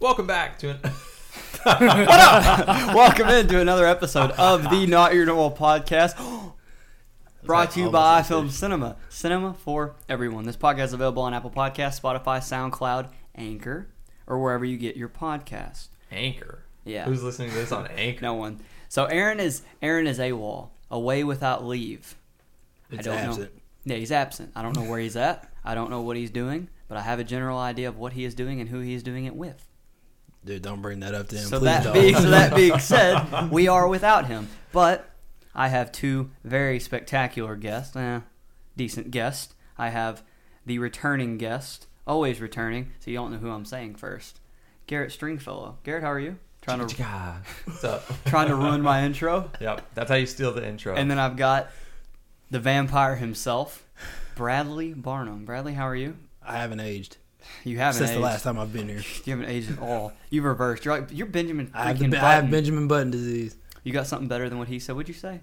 Welcome back to an. Welcome into another episode of the Not Your Normal podcast. Brought to you by Film Cinema. Cinema for everyone. This podcast is available on Apple Podcasts, Spotify, SoundCloud, Anchor, or wherever you get your podcast. Anchor. Yeah. Who's listening to this on Anchor? No one. So Aaron is Aaron is AWOL, away without leave. It's I don't absent. know. Yeah, he's absent. I don't know where he's at. I don't know what he's doing, but I have a general idea of what he is doing and who he is doing it with. Dude, don't bring that up to him. So please that don't. being so that being said, we are without him. But I have two very spectacular guests, eh, decent guests. I have the returning guest, always returning. So you don't know who I'm saying first. Garrett Stringfellow. Garrett, how are you? Trying to What's up? trying to ruin my intro. Yep. That's how you steal the intro. And then I've got the vampire himself, Bradley Barnum. Bradley, how are you? I haven't aged You haven't since aged. the last time I've been here. You haven't aged at all. You reversed. You're like you're Benjamin I have, freaking the, Button. I have Benjamin Button disease. You got something better than what he said. What'd you say?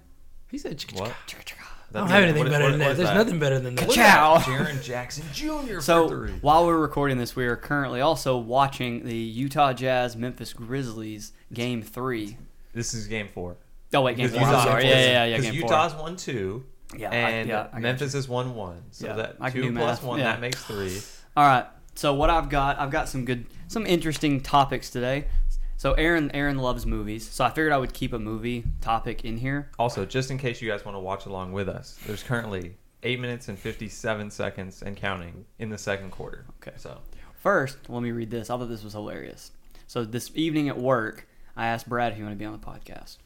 He said, "Chicka, what? chicka." I don't have anything better than that. There's nothing better than that. What? Ciao. Jaron Jackson Jr. for So three. while we're recording this, we are currently also watching the Utah Jazz Memphis Grizzlies game three. This is game four. Oh wait, game Because four. I'm Utah- sorry. Yeah, yeah, yeah. yeah, 'cause Game Utah's one two. Yeah, I- and yeah, I got Memphis is one one. So Yeah, that I can two do plus math. one Yeah. that makes three. four. All right. So what I've got, I've got some good, some interesting topics today. So Aaron, Aaron loves movies. So I figured I would keep a movie topic in here. Also, just in case you guys want to watch along with us, there's currently eight minutes and fifty-seven seconds and counting in the second quarter. Okay. so First, let me read this. I thought this was hilarious. So this evening at work, I asked Brad if he wanted to be on the podcast.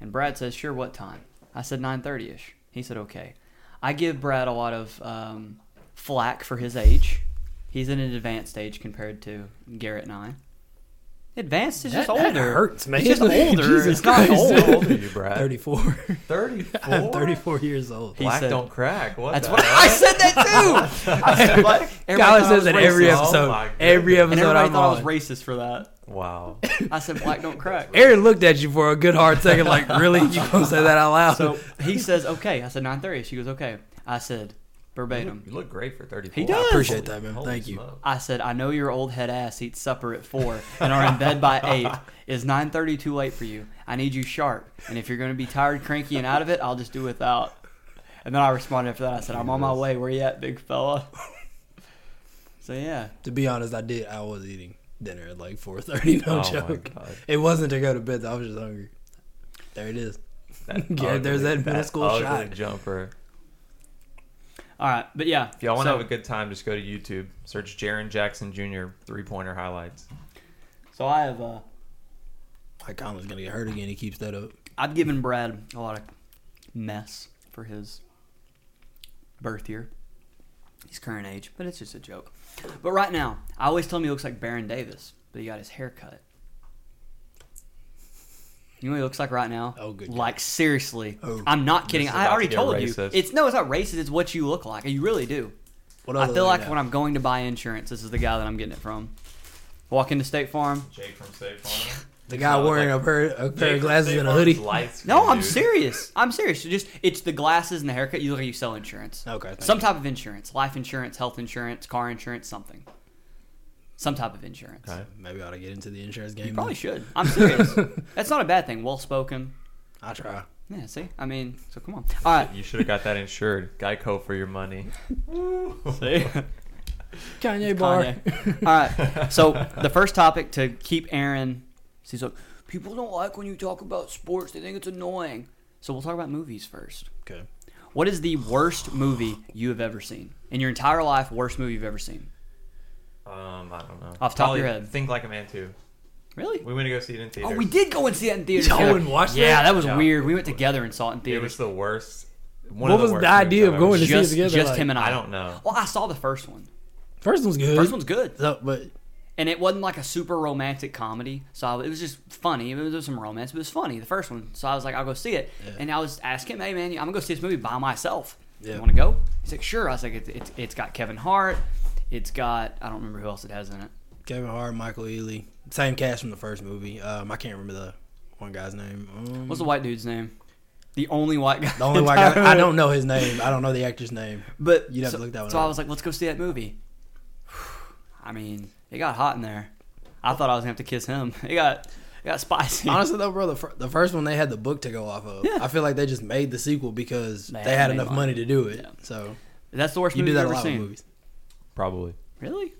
And Brad says, "Sure, what time?" I said 9:30ish. He said, "Okay." I give Brad a lot of um, flack for his age. He's in an advanced age compared to Garrett and I. Advanced is That- just older. That hurts, man. It's just older. it's not Christ. old. old are you, Brad? 34. thirty-four. I'm 34 years old. He Black said- don't crack. What? That's the what hell? I said that too. I said, like, everybody Kyle thought I says was that every racist. Oh episode. my goodness. every And episode everybody I'm thought I on. was racist for that. Wow. I said, "Black don't crack." Aaron looked at you for a good hard second, like, really? You gonna say that out loud? So he says, "Okay." I said, 9.30. She goes, "Okay." I said, verbatim. You look great for 34. He does. I appreciate that, man. Holy Thank you. smoke. I said, "I know your old head ass eats supper at four and are in bed by eight. Is 9.30 too late for you? I need you sharp. And if you're going to be tired, cranky, and out of it, I'll just do without." And then I responded after that. I said, "I'm on my way. Where you at, big fella?" So yeah, To be honest, I did. I was eating dinner at like 4:30. No Oh my joke. God. It wasn't to go to bed. though. I was just hungry. There it is. That Yeah, there's that middle school ugly shot. jumper. all right, but yeah. If y'all want to so- have a good time, just go to YouTube, search Jaron Jackson Jr. three pointer highlights. so I have. Uh, My Colin's gonna get hurt again. He keeps that up. I've given Brad a lot of mess for his birth year, his current age, but it's just a joke. But right now, I always tell him he looks like Baron Davis, but he got his hair cut. You know what he looks like right now? Oh, good God. Like seriously, Oh. I'm not kidding. is I about already to get told racist. you. It's no, it's not racist. It's what you look like. You really do. What I other feel than like that? when I'm going to buy insurance, this is the guy that I'm getting it from. Walk into State Farm. Jake from State Farm. the guy wearing a pair, a pair of glasses and a hoodie. No, I'm serious. I'm serious. Just it's the glasses and the haircut. You look like you sell insurance. Okay, Oh, thank Some you. type of insurance, life insurance, health insurance, car insurance, something. Some type of insurance. Okay. Maybe I ought to get into the insurance game. You probably should. I'm serious. That's not a bad thing. Well spoken. I try. Yeah. See, I mean, so come on. All right. You should have got that insured. Geico for your money. Um, Kanye bar. Kanye. All right. So the first topic to keep Aaron. so He's like, people don't like when you talk about sports. They think it's annoying. So we'll talk about movies first. Okay. What is the worst movie you have ever seen in your entire life? Worst movie you've ever seen? Um, I don't know. Off top of your head. Think Like a Man too. Really? We went to go see it in theaters. Oh, we did go and see that in theaters. Y'all together. wouldn't watch yeah, that? that was Yeah. weird. We went together and saw it in It theaters. was the worst. One What of the was worst the movies idea of I've ever going to seen. see it just, together, just like- him and I. I don't know. Well, I saw the first one. First one's good. First one's good, So, but and it wasn't like a super romantic comedy. So I, it was just funny. It was, there was some romance, but it was funny. The first one. So I was like, I'll go see it. And I was asking him, Hey man, I'm gonna go see this movie by myself. Yeah. You want to go? He's like, Sure. I was like, it's, it's it's got Kevin Hart. It's got I don't remember who else it has in it. Kevin Hart, Michael Ealy, same cast from the first movie. Um, I can't remember the one guy's name. Um, What's the white dude's name? The only white guy. the only white guy? I don't know his name. I don't know the actor's name. But You'd have so, to look that one So I up. was like, let's go see that movie. I mean, it got hot in there. I thought I was gonna have to kiss him. It got it got spicy. Honestly though, bro, the, fir- the first one they had the book to go off of. Yeah. I feel like they just made the sequel because They had they, to had make enough money. money. to do it. Yeah. So That's the worst you movie do that I've a ever lot seen. with movies. Probably. Really?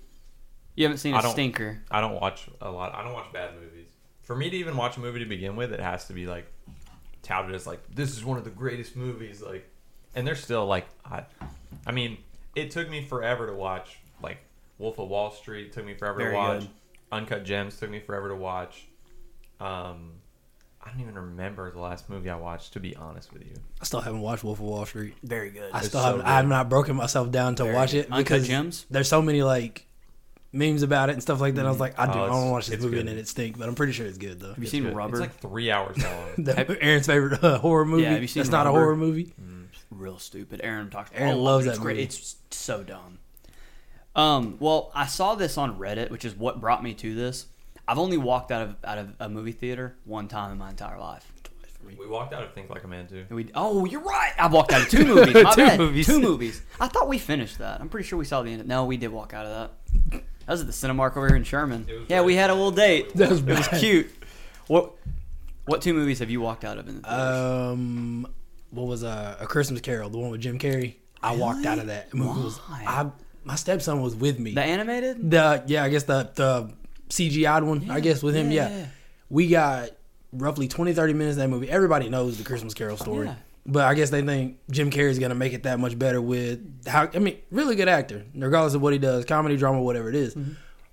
You haven't seen I a don't- stinker. I don't watch a lot. I don't watch bad movies. For me to even watch a movie to begin with, it has to be like touted as like this is one of the greatest movies. Like, and they're still like, I, I mean, it took me forever to watch like Wolf of Wall Street. took me forever Very to watch good. Uncut Gems. Took me forever to watch. Um, I don't even remember the last movie I watched. To be honest with you, I still haven't watched Wolf of Wall Street. Very good. I It's still so haven't. good. I've not broken myself down to Very watch good. it. Uncut because Gems? Mm. There's so many like memes about it and stuff like that. I was like, I Oh, do. I it's- don't watch this it's movie good. and it stink, but I'm pretty sure it's good though. Have you It's seen good. Rubber? It's like three hours long. The, Have- Aaron's favorite uh, horror movie. have you seen That's not a Rubber? horror movie. real stupid. Aaron talks. Aaron all loves over it. that It's great. movie. It's so dumb. Um. Well, I saw this on Reddit, which is what brought me to this. I've only walked out of out of a movie theater one time in my entire life. We walked out of Think Like a Man too. And we, oh, you're right. I walked out of two movies. My Two bad. movies. Two movies. I thought we finished that. I'm pretty sure we saw the end. No, we did walk out of that. That was at the Cinemark over here in Sherman. It was Yeah, really we had a little date. bad. That was It was bad. cute. What what two movies have you walked out of in the theaters? Mm. Um, what was uh, a Christmas Carol? The one with Jim Carrey. I walked out of that movie. Was, Why? I my stepson was with me. the animated? The yeah, I guess the the CGI one. I guess with him, yeah, yeah. yeah. We got roughly 20, 30 minutes of that movie. Everybody knows the Christmas Carol story. Yeah. But I guess they think Jim Carrey's gonna make it that much better with how I mean, really good actor, regardless of what he does, comedy, drama, whatever it is.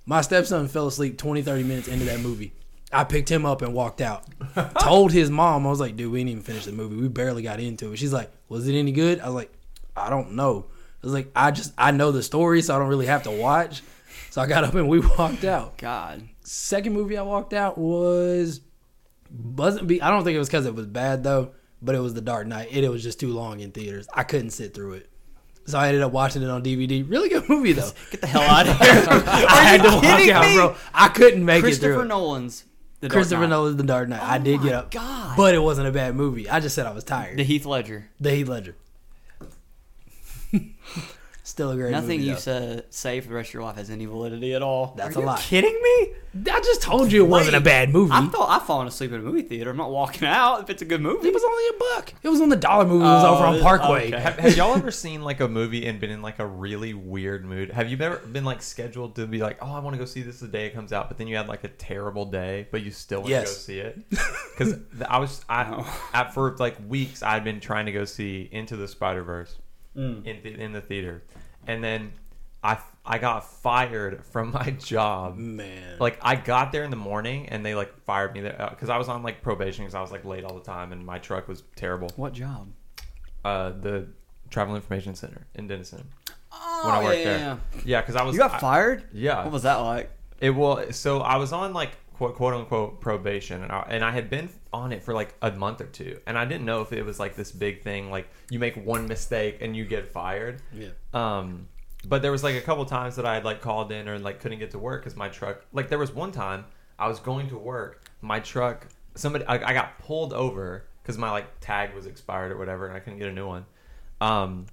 My stepson fell asleep 20, 30 minutes into that movie. I picked him up and walked out. Told his mom, I was like, dude, we didn't even finish the movie. We barely got into it. She's like, was it any good? I was like, I don't know. I was like, I just I know the story, so I don't really have to watch. So I got up and we walked out God. second movie I walked out was wasn't be I don't think it was because it was bad though, but it was The Dark Knight. It, it was just too long in theaters. I couldn't sit through it, so I ended up watching it on DVD. Really good movie though. Get the hell out of here. I had to walk kidding out, me? bro. I couldn't make it Christopher through. it. Nolan's The Dark Christopher Knight. Nolan's The Dark Knight. I Oh did my get up, God. but it wasn't a bad movie. I just said I was The tired. Heath Ledger. The Heath Ledger. Still a great Nothing movie. you though. said say for the rest of your life has any validity at all. That's Are a you lie. kidding me? I just told you it wasn't a Wait, bad movie. I thought I've fallen asleep at a movie theater. I'm not walking out if it's a good movie. it was only a buck. It was on the dollar movie. It was Oh, over on it- Parkway. okay. Have, have y'all ever seen like a movie and been in like a really weird mood? Have you ever been like scheduled to be like, oh, I want to go see this the day it comes out, but then you had like a terrible day, but you still want to Yes. go see it? Because I was, I, at, for like weeks, I'd been trying to go see Into the Spider Verse in the, in the theater, and then I I got fired from my job. Man. Like I got there in the morning and they like fired me there because I was on like probation because I was like late all the time and my truck was terrible What job? uh, the Travel Information Center in Denison Oh, when I worked yeah, there. Yeah, because I was. You got I- fired? yeah. What was that like? It well, so I was on like quote, quote unquote probation, and I, and I had been on it for like a month or two, and I didn't know if it was like this big thing, like you make one mistake and you get fired. Yeah. Um, but there was like a couple times that I had like called in or like couldn't get to work because my truck. Like there was one time I was going to work, my truck. Somebody I, I got pulled over because my like tag was expired or whatever, and I couldn't get a new one. Um,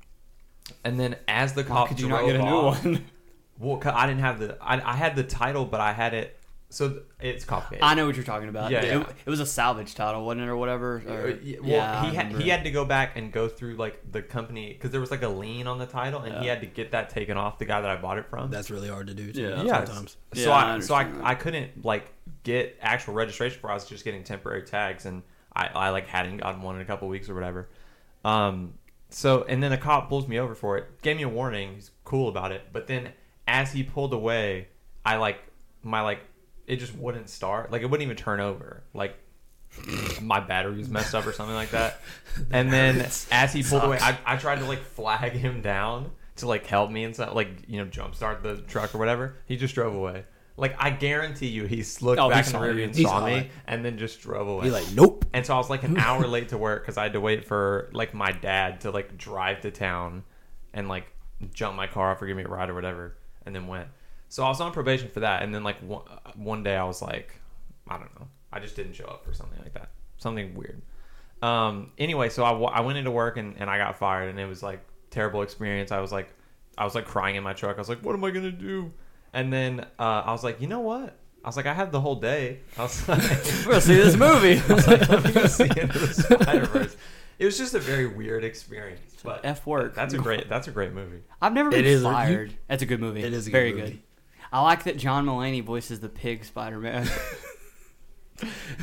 and then as the cop Could you not drove get a new off- one? Well, 'cause I didn't have the I, I had the title, but I had it. So th- it's complicated. I know what you're talking about. Yeah, it, yeah. it was a salvage title, wasn't it, or whatever? Or- Uh, Well, yeah, he I had remember. he had to go back and go through like the company because there was like a lien on the title, and he Yeah. had to get that taken off the guy that I bought it from. That's really hard to do. Too, Yeah. yeah, Sometimes. So Yeah, I I, so I, understand that. I couldn't like get actual registration for. I was just getting temporary tags, and I, I like hadn't gotten one in a couple weeks or whatever. Um, so and then the cop pulls me over for it, gave me a warning. He's cool about it, but then as he pulled away, I like my like it just wouldn't start. Like it wouldn't even turn over. Like my battery was messed up or something like that. And then as he pulled away, I, I tried to like flag him down to like help me and stuff, like you know, jumpstart the truck or whatever. He just drove away. Like I guarantee you, he looked Oh, he back in the saw rear you. view and He saw saw me, it. and then just drove away. He's like, nope. and so I was like an hour late to work because I had to wait for like my dad to like drive to town and like jump my car off or give me a ride or whatever, and then went. So I was on probation for that, and then like one, uh, one day I was like, I don't know, I just didn't show up or something like that, something weird. Um, anyway, so I, wa- I went into work and, and I got fired, and it was like terrible experience. I was like, I was like crying in my truck. I was like, what am I gonna do? And then uh, I was like, you know what? I was like, I had the whole day. I was like, We're gonna see this movie. I was like, let me go see into the Spider-Verse. It was just a very weird experience. But F work. that's a great that's a great movie. I've never It been is a- fired. That's a good movie. It is a good very movie. good. I like that John Mulaney voices the pig Spider Man.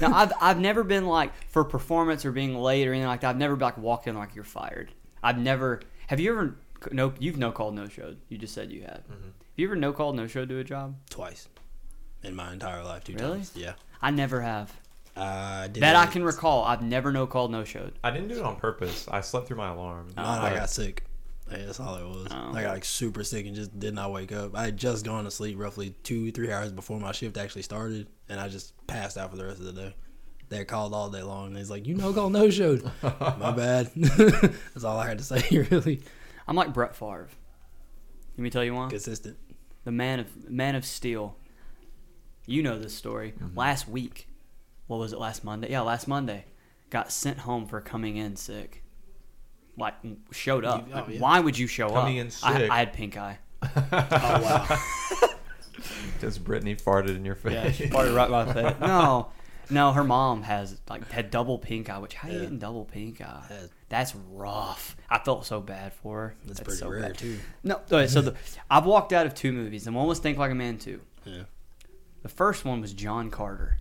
now I've I've never been like for performance or being late or anything like that. I've never like walked in like you're fired. I've never. Have you ever no? You've no called no showed. You just said you had. Mm-hmm. Have you ever no called no showed to a job? twice in my entire life. Two Really? times. Yeah. I never have. I did That it. I can recall. I've never no called no showed. I didn't do it on purpose. I slept through my alarm. Mine, I But got sick. Like, that's all it was. Oh. I got like super sick and just did not wake up. I had just gone to sleep roughly two, three hours before my shift actually started, and I just passed out for the rest of the day. They called all day long, and he's like, "You no call, no showed." my bad. that's all I had to say. Really I'm like Brett Favre. Let me tell you why. consistent. the man of man of steel. You know this story. Last week, what was it? Last Monday? Yeah, last Monday, got sent home for coming in sick. Like showed up. Oh, yeah. Why would you show Coming up? in I, sick. I had pink eye. Oh wow. Just Brittany farted in your Yeah, face. she farted right by the No, no, her mom has like had double pink eye. Which how you getting double pink eye? That's- That's rough. I felt so bad for her. That's pretty so rare bad. too. No, okay, so the, I've walked out of two movies, and one was Think Like a Man two. Yeah. The first one was John Carter.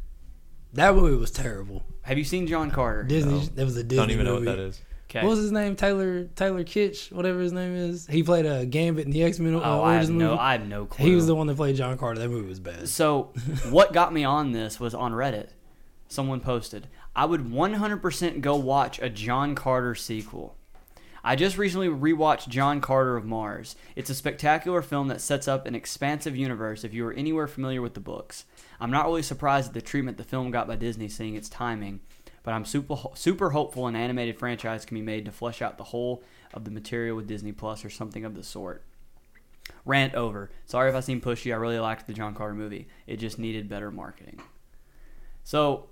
That movie was terrible. Have you seen John Carter? Disney. No. It was a Disney. Don't even know movie. what that is. Okay. What was his name? Taylor Taylor Kitsch, whatever his name is. He played a Gambit in the X Men. oh, I have no, I have no clue. He was the one that played John Carter. That movie was bad. So, what got me on this was on Reddit. Someone posted, "I would 100% go watch a John Carter sequel." I just recently rewatched John Carter of Mars. It's a spectacular film that sets up an expansive universe if you are anywhere familiar with the books. I'm not really surprised at the treatment the film got by Disney seeing its timing, but I'm super super hopeful an animated franchise can be made to flesh out the whole of the material with Disney Plus or something of the sort. Rant over. Sorry if I seem pushy. I really liked the John Carter movie. It just needed better marketing. So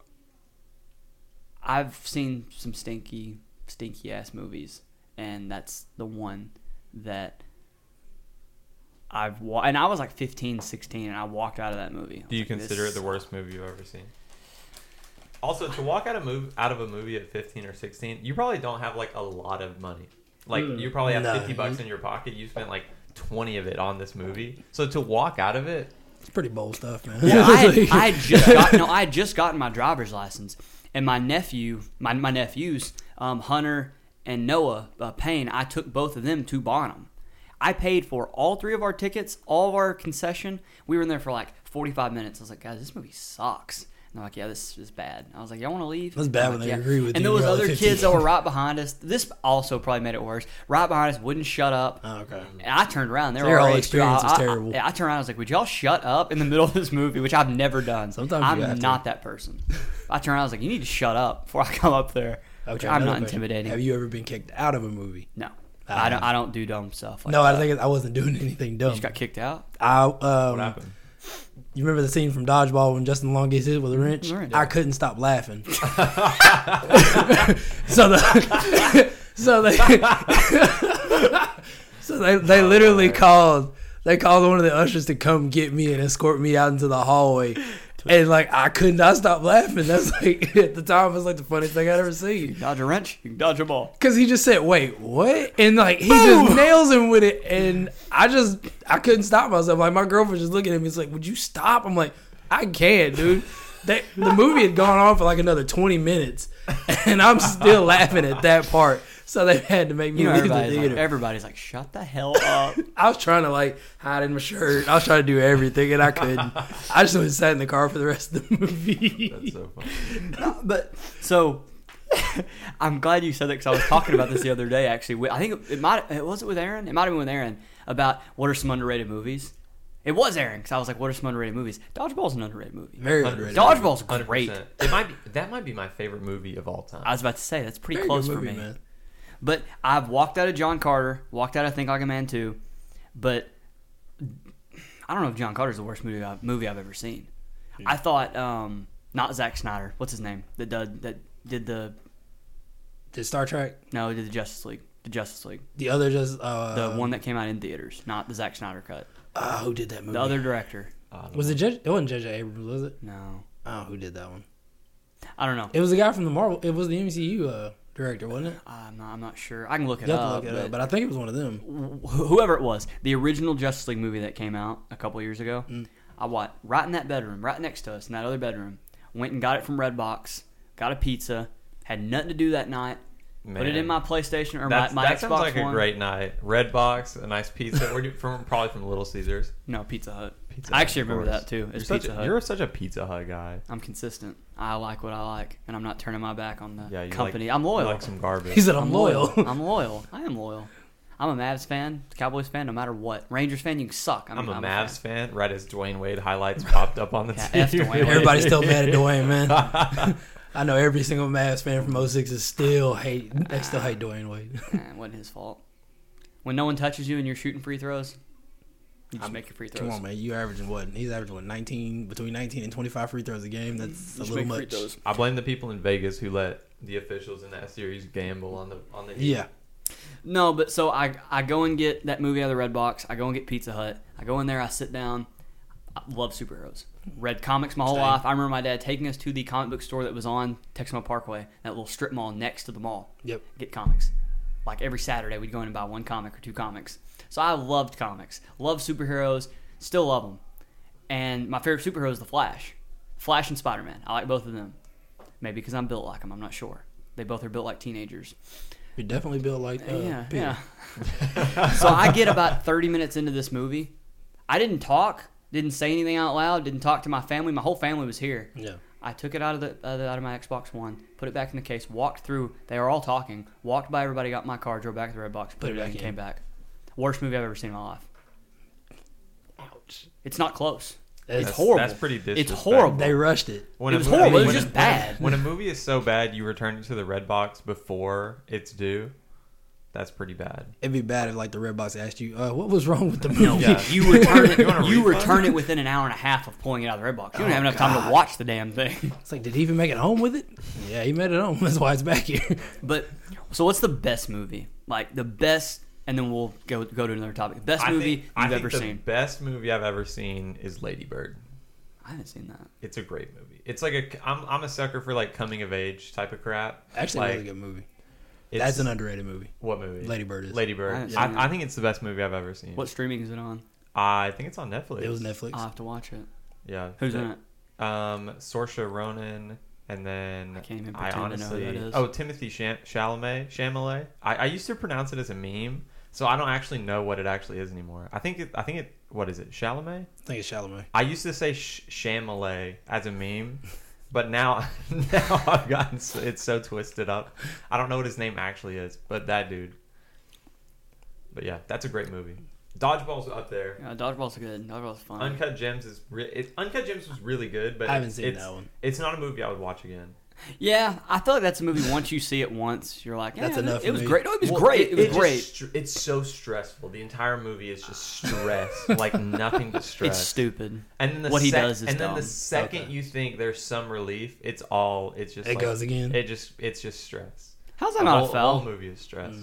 I've seen some stinky, stinky ass movies, and that's the one that I've wa- and I was like 15, 16, and I walked out of that movie. I was Do you like, consider it this- the worst movie you've ever seen? Also, to walk out of move out of a movie at fifteen or sixteen, you probably don't have like a lot of money. Like you probably have No, fifty bucks you- in your pocket. You spent like twenty of it on this movie. So to walk out of it, It's pretty bold stuff, man. Well, I, had, Like, I had just got no, I had just gotten my driver's license, and my nephew, my my nephews, um, Hunter and Noah uh, Payne, I took both of them to Bonham. I paid for all three of our tickets, all of our concession. We were in there for like forty five minutes. I was like, guys, this movie sucks. And they're like, yeah, this is bad. I was like, y'all want to leave? That's bad I'm when like, they agree And with you, there was you're like other 15. kids that were right behind us. This also probably made it worse. Right behind us wouldn't shut up. Oh, okay. And I turned around. They were Their whole already- experience I- was I- terrible. I, I turned around. I was like, "Would y'all shut up in the middle of this movie?" Which I've never done. Sometimes you have I'm to. not that person. I turned around. I was like, "You need to shut up before I come up there." Which I'm another not question. intimidating. Have you ever been kicked out of a movie? no, Ah. I don't. I don't do dumb stuff. Like No, that. I think I wasn't doing anything you dumb. just got kicked out. I what um, happened? you remember the scene from Dodgeball when Justin Long gets hit with a wrench? Right. I couldn't stop laughing. so the so they so they they literally called they called one of the ushers to come get me and escort me out into the hallway. And like I could not stop laughing. That's like at the time it was like the funniest thing I'd ever seen. Dodge a wrench. You can dodge a ball. Cause he just said, "Wait, what?" And like he just nails him with it, and I just I couldn't stop myself. Like my girlfriend just looking at me, it's like, "Would you stop?" I'm like, "I can't, dude." That, the movie had gone on for like another 20 minutes, and I'm still laughing at that part. So they had to make me You know, leave the everybody's like, theater. everybody's like, "Shut the hell up." I was trying to like hide in my shirt. I was trying to do everything, and I couldn't. I just went and sat in the car for the rest of the movie. That's so funny. but so I'm glad you said that because I was talking about this the other day. Actually, With- I think it, it might it was it with Aaron. It might have been with Aaron about what are some underrated movies. It was Aaron because I was like, "What are some underrated movies?" Dodgeball's an underrated movie. Very underrated. Dodgeball's great. 100%. It might be that might be my favorite movie of all time. I was about to say that's pretty Very good close for movie, me. But I've walked out of John Carter, walked out of Think Like a Man too, but I don't know if John Carter's the worst movie I've, movie I've ever seen. I thought um, not Zack Snyder. What's his name? That did, that did the Did Star Trek No, it did the Justice League. The Justice League. the other just uh, The one that came out in theaters, not the Zack Snyder cut. uh, who did that movie? The other director. I don't Was know. it Judge? It wasn't Judge Abrams, was it? No, Oh, who did that one? I don't know. It was the guy from the Marvel. It was the MCU uh, director, wasn't it? I'm not, I'm not sure. I can look it You have to up. look it Uh, but up, but I think it was one of them. wh- whoever it was, the original Justice League movie that came out a couple years ago, I watched right in that bedroom, right next to us in that other bedroom. Went and got it from Redbox, got a pizza, had nothing to do that night. Put it Man. in my PlayStation or That's, my, my that Xbox sounds like One. a great night. Red box, a nice pizza. We're from probably from Little Caesars. no Pizza Hut. Pizza I Hut, actually of remember course. that too. You're It's such, Pizza Hut. you're such a Pizza Hut guy. I'm consistent. I like what I like, and I'm not turning my back on the Yeah, you company. Like, I'm you loyal. Like some garbage. He said, "I'm loyal." I'm loyal. I am loyal. I'm a Mavs fan, Cowboys fan, no matter what. Rangers fan, you can suck. I'm, a a Mavs fan. Right as Dwayne Wade highlights popped up on the Yeah, TV. F Dwayne Wade. Everybody's still mad at Dwayne, man. I know every single Mavs fan from 06 is still hate. They still hate Ah. Dwayne Wade. fan. Nah, it wasn't his fault. When no one touches you and you're shooting free throws, you just make your free throws. Come on, man. You averaging what? He's averaging what? 19 between 19 and 25 free throws a game. That's You a just little make free much. throws. I blame the people in Vegas who let the officials in that series gamble on the on the Heat. Yeah, No, but so I I go and get that movie out of the red box. I go and get Pizza Hut. I go in there. I sit down. I love superheroes. Read comics my whole Same. life. I remember my dad taking us to the comic book store that was on Texoma Parkway, that little strip mall next to the mall. Yep. Get comics. Like every Saturday, we'd go in and buy one comic or two comics. So I loved comics. Loved superheroes. Still love them. And my favorite superhero is the Flash. Flash and Spider Man. I like both of them. Maybe because I'm built like them. I'm not sure. They both are built like teenagers. you're definitely built like uh, Yeah, Peter. yeah. so I get about 30 minutes into this movie. I didn't talk, didn't say anything out loud, didn't talk to my family. My whole family was here. Yeah. I took it out of the uh, out of my Xbox One, put it back in the case, walked through. They were all talking. Walked by everybody, got in my car, drove back to the red box, put, it back, and in. came back. Worst movie I've ever seen in my life. Ouch! It's not close. That's- it's horrible. That's pretty It's disrespectful. horrible. They rushed it. When It a was horrible. It was when a- just bad. When a movie is so bad, you return it to the red box before it's due. That's pretty bad. It'd be bad if like the Red Box asked you, uh, "What was wrong with the movie?" Yeah. You return it. You want a You, refund? return it Oh, within an hour and a half of pulling it out of the red box. You don't have enough time to watch the damn thing. It's like, did he even make it home with it? Yeah, he made it home. That's why it's back here. But so, what's the best movie? Like the best, and then we'll go go to another topic. Best I movie think, you've I think ever the seen? best movie I've ever seen is Lady Bird. I haven't seen that. It's a great movie. It's like a I'm, I'm a sucker for like coming of age type of crap. Actually, like, a really good movie. it's- That's an underrated movie. what movie? Lady Bird is. Lady I Bird. haven't I, seen I, it. think it's the best movie I've ever seen. What streaming is it on? I think it's on Netflix. It was Netflix. I'll have to watch it. Yeah. Who's in it? Um, Saoirse Ronan, and then I, can't even pretend to know who honestly that is. oh Timothy Cham- Chalamet Chalamet. I, I used to pronounce it as a meme, so I don't actually know what it actually is anymore. I think it, I think it what is it Chalamet? I think it's Chalamet. I used to say sh- Chalamet as a meme, but now now I've gotten s it's so twisted up. I don't know what his name actually is, but that dude. But yeah, that's a great movie. Dodgeball's up there. Yeah, Uh, Dodgeball's good. Dodgeball's fun. Uncut Gems is re- it, Uncut Gems was really good, but I haven't seen it's- that one. It's not a movie I would watch again. yeah, I feel like that's a movie. Once you see it once, you're like, yeah, That's it- enough It, for was me. great. No, it was Well, great. It, was just great. str- it's so stressful. The entire movie is just stress, like nothing but stress. It's stupid. And then the What he sec- does is and then the dumb. second Okay. you think there's some relief, it's all it's just It like- goes again. It just it's just stress. How's that The not Mm. whole, a whole foul? movie is stress.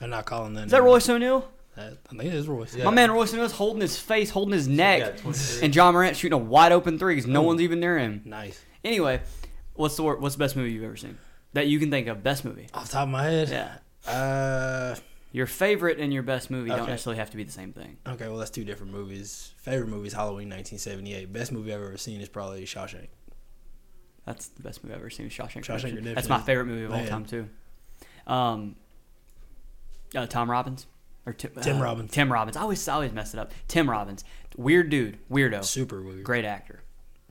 I'm not calling that. Is that name. Royce O'Neal? I think it is Royce. Yeah. My man Royce O'Neal's holding his face, holding his neck, yeah, Oh. 23. and John Morant shooting a wide open three because no one's even near him. Nice. Anyway, what's the wor- what's the best movie you've ever seen that you can think of? Best movie? Off the top of my head. Yeah, Uh, your favorite and your best movie don't Okay. necessarily have to be the same thing. okay, well, that's two different movies. Favorite movies: Halloween 1978. Best movie I've ever seen is probably Shawshank. That's the best movie I've ever seen. Shawshank, Shawshank Redemption. Redemption That's my is- favorite movie of all man. time too. Um, uh, Tom Robbins or Tim, Tim uh, Robbins. Tim Robbins. I always I always mess it up. Tim Robbins, weird dude, weirdo, Super weird. great actor,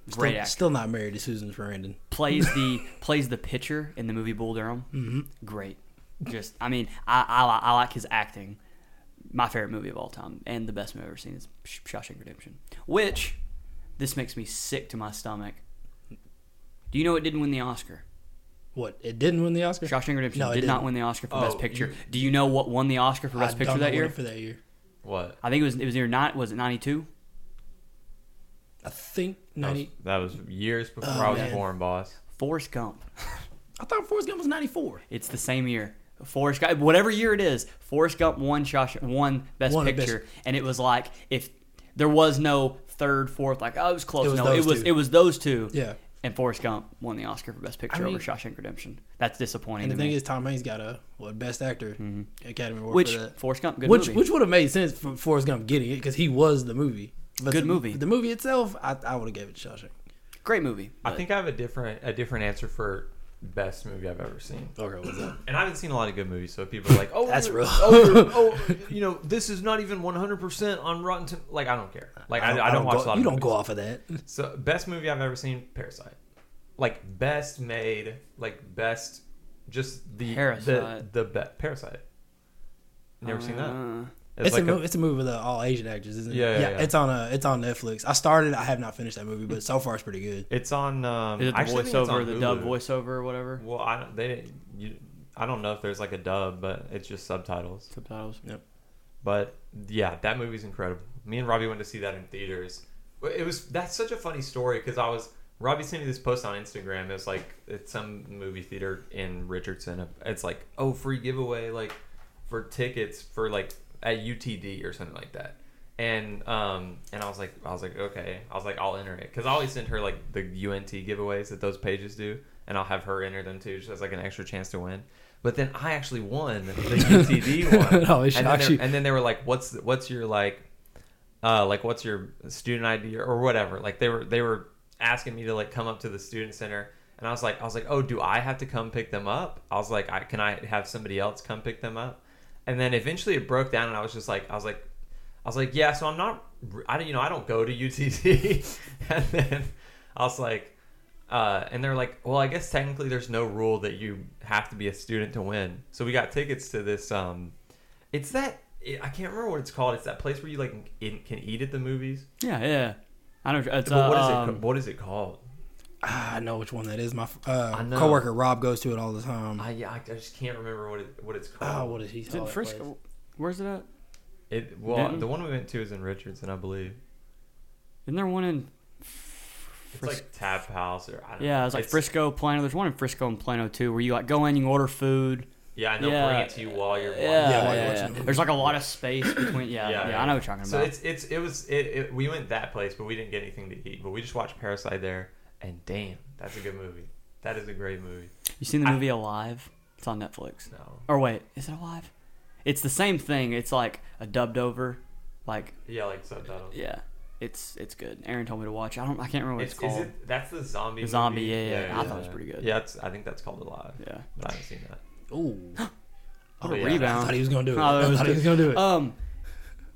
Still, great actor. Still not married to Susan Sarandon. plays the plays the pitcher in the movie Bull Durham. Mm-hmm. Great. Just I mean I, I li- I like his acting. My favorite movie of all time and the best movie I've ever seen is Sh- Shawshank Redemption, which this makes me sick to my stomach. Do you know it didn't win the Oscar? What? It didn't win the Oscar. Shawshank Redemption No, it did not didn't. win the Oscar for Oh, Best Picture. you- Do you know what won the Oscar for I Best don't Picture know that what year? it For that year, What? I think it was it was near nine was it ninety two? I think That was, 90. that was years before Oh, I was man. born, boss. Forrest Gump. I thought Forrest Gump was 94. It's the same year. Forrest Gump, whatever year it is, Forrest Gump won Shawshank, won Best Won a Picture, and it was like if there was no third, fourth, like oh, it was close. It was no, it those was two. it was those two. Yeah. And Forrest Gump won the Oscar for Best Picture mean- over Shawshank Redemption. That's disappointing And the to thing me. is, Tom Hanks got a what Best Actor Academy Award which for that. Forrest Gump, good which movie. which would have made sense for Forrest Gump getting it because he was the movie. But Good the, movie. The movie itself, I, I would have gave it to Shawshank. Great movie. I think I have a different a different answer for best movie I've ever seen. Okay, what's that? And I haven't seen a lot of good movies, so people are like, "Oh, That's you're- rough. Oh, you're- oh, you know, this is not even 100 percent on Rotten." Tom- like, I don't care. Like, I, I, don't, watch go, a lot. You of don't movies. go off of that. So, best movie I've ever seen, Parasite. Like, best made, like best, just the Parasite. the the be- Parasite. Never seen that. Uh, It's, like a, movie. It's a movie with uh, all Asian actors, isn't it? Yeah, yeah, yeah. It's on a. It's on Netflix. I started. I have not finished that movie, but so far it's pretty good. It's on. Um, Is it the I actually think it's voiceover, on the dub Hulu. voiceover, or whatever? Well, I don't. They didn't. You, I don't know if there's like a dub, but it's just subtitles. Subtitles. But yeah, that movie's incredible. Me and Robbie went to see that in theaters. But It was that's such a funny story because I was Robbie sent me this post on Instagram. It was like it's some movie theater in Richardson. It's like oh free giveaway like for tickets for like at UTD or something like that. And um and I was like I was like okay I was like I'll enter it because I always send her like the UNT giveaways that those pages do and I'll have her enter them too just as like an extra chance to win. But then I actually won the UTD one. It always and then shocks there- you. and then they were like, "What's what's your like, uh, like what's your student ID or whatever?" Like they were they were asking me to like come up to the student center, and I was like, I was like, "Oh, do I have to come pick them up?" I was like, I, "Can I have somebody else come pick them up?" And then eventually it broke down, and I was just like, I was like, I was like, "Yeah, so I'm not, I don't, you know, I don't go to UTT," and then I was like. Uh, and they're like, well, I guess technically there's no rule that you have to be a student to win. So we got tickets to this um, it's that it, I can't remember what it's called. It's that place where you like in, can eat at the movies. Yeah, yeah. I know. It's, but what is uh, it? um, What is it called? Ah, I know which one that is. My uh, know. coworker Rob goes to it all the time. I, yeah, I, I just can't remember what it, what it's oh, called. what is he? Is it in Frisco? Where's Ah, it at? It well, Denton? the one we went to is in Richardson, I believe. Isn't there one in? It's Fris- like Tap House or I don't know. Yeah, it's like Frisco, Plano. There's one in Frisco and Plano too, where you like go in, you order food. Yeah, and they'll Yeah. bring it to you while you're Yeah, watching. Yeah, yeah, while you're yeah. watching the movie. There's like a lot of space between. Yeah, yeah. I know what you're talking So about. it's it's it was it, it we went that place, but we didn't get anything to eat. But we just watched Parasite there, and damn, that's a good movie. That is a great movie. you seen the I- movie Alive? It's on Netflix. No, Or wait, is it Alive? It's the same thing. It's like a dubbed over, like yeah, like subtitles. yeah. It's it's good. Aaron told me to watch. it. I don't. I can't remember what it's, It's, is called. it that's the zombie? The zombie, movie? yeah, yeah, yeah. I thought it was pretty good. Yeah, it's, I think that's called Alive. Yeah. but I haven't seen that. Ooh, Oh, yeah. I thought Rebound. he was gonna do Oh, it. that I was thought he good. was gonna do it. Um,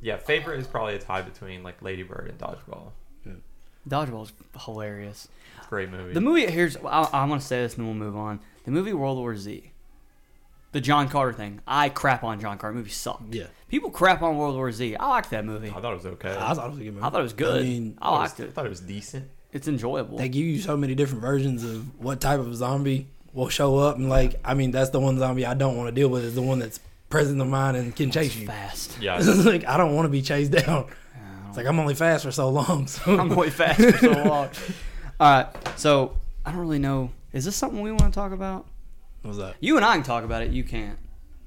Yeah, favorite is probably a tie between like Lady Bird and Dodgeball. Dodgeball's hilarious. Great movie. The movie here's I, I want to say this and then we'll move on. The movie World War Z, the John Carter thing. I crap on John Carter. The movie sucked. yeah, People crap on World War Z. I like that movie. I I thought it was okay. I thought it was a good movie. thought it was good. I I, mean, I liked was- I it. thought it was decent. It's enjoyable. they give you so many different versions of what type of zombie will show up, and like, I mean, that's the one zombie I don't want to deal with is the one that's present in mind and can chase you. fast. Yeah, It's just like I don't want to be chased down. I It's like I'm only fast for so long. So I'm way fast for so long. All right, so I don't really know. Is this something we want to talk about? what's up? You and I can talk about it. You can't.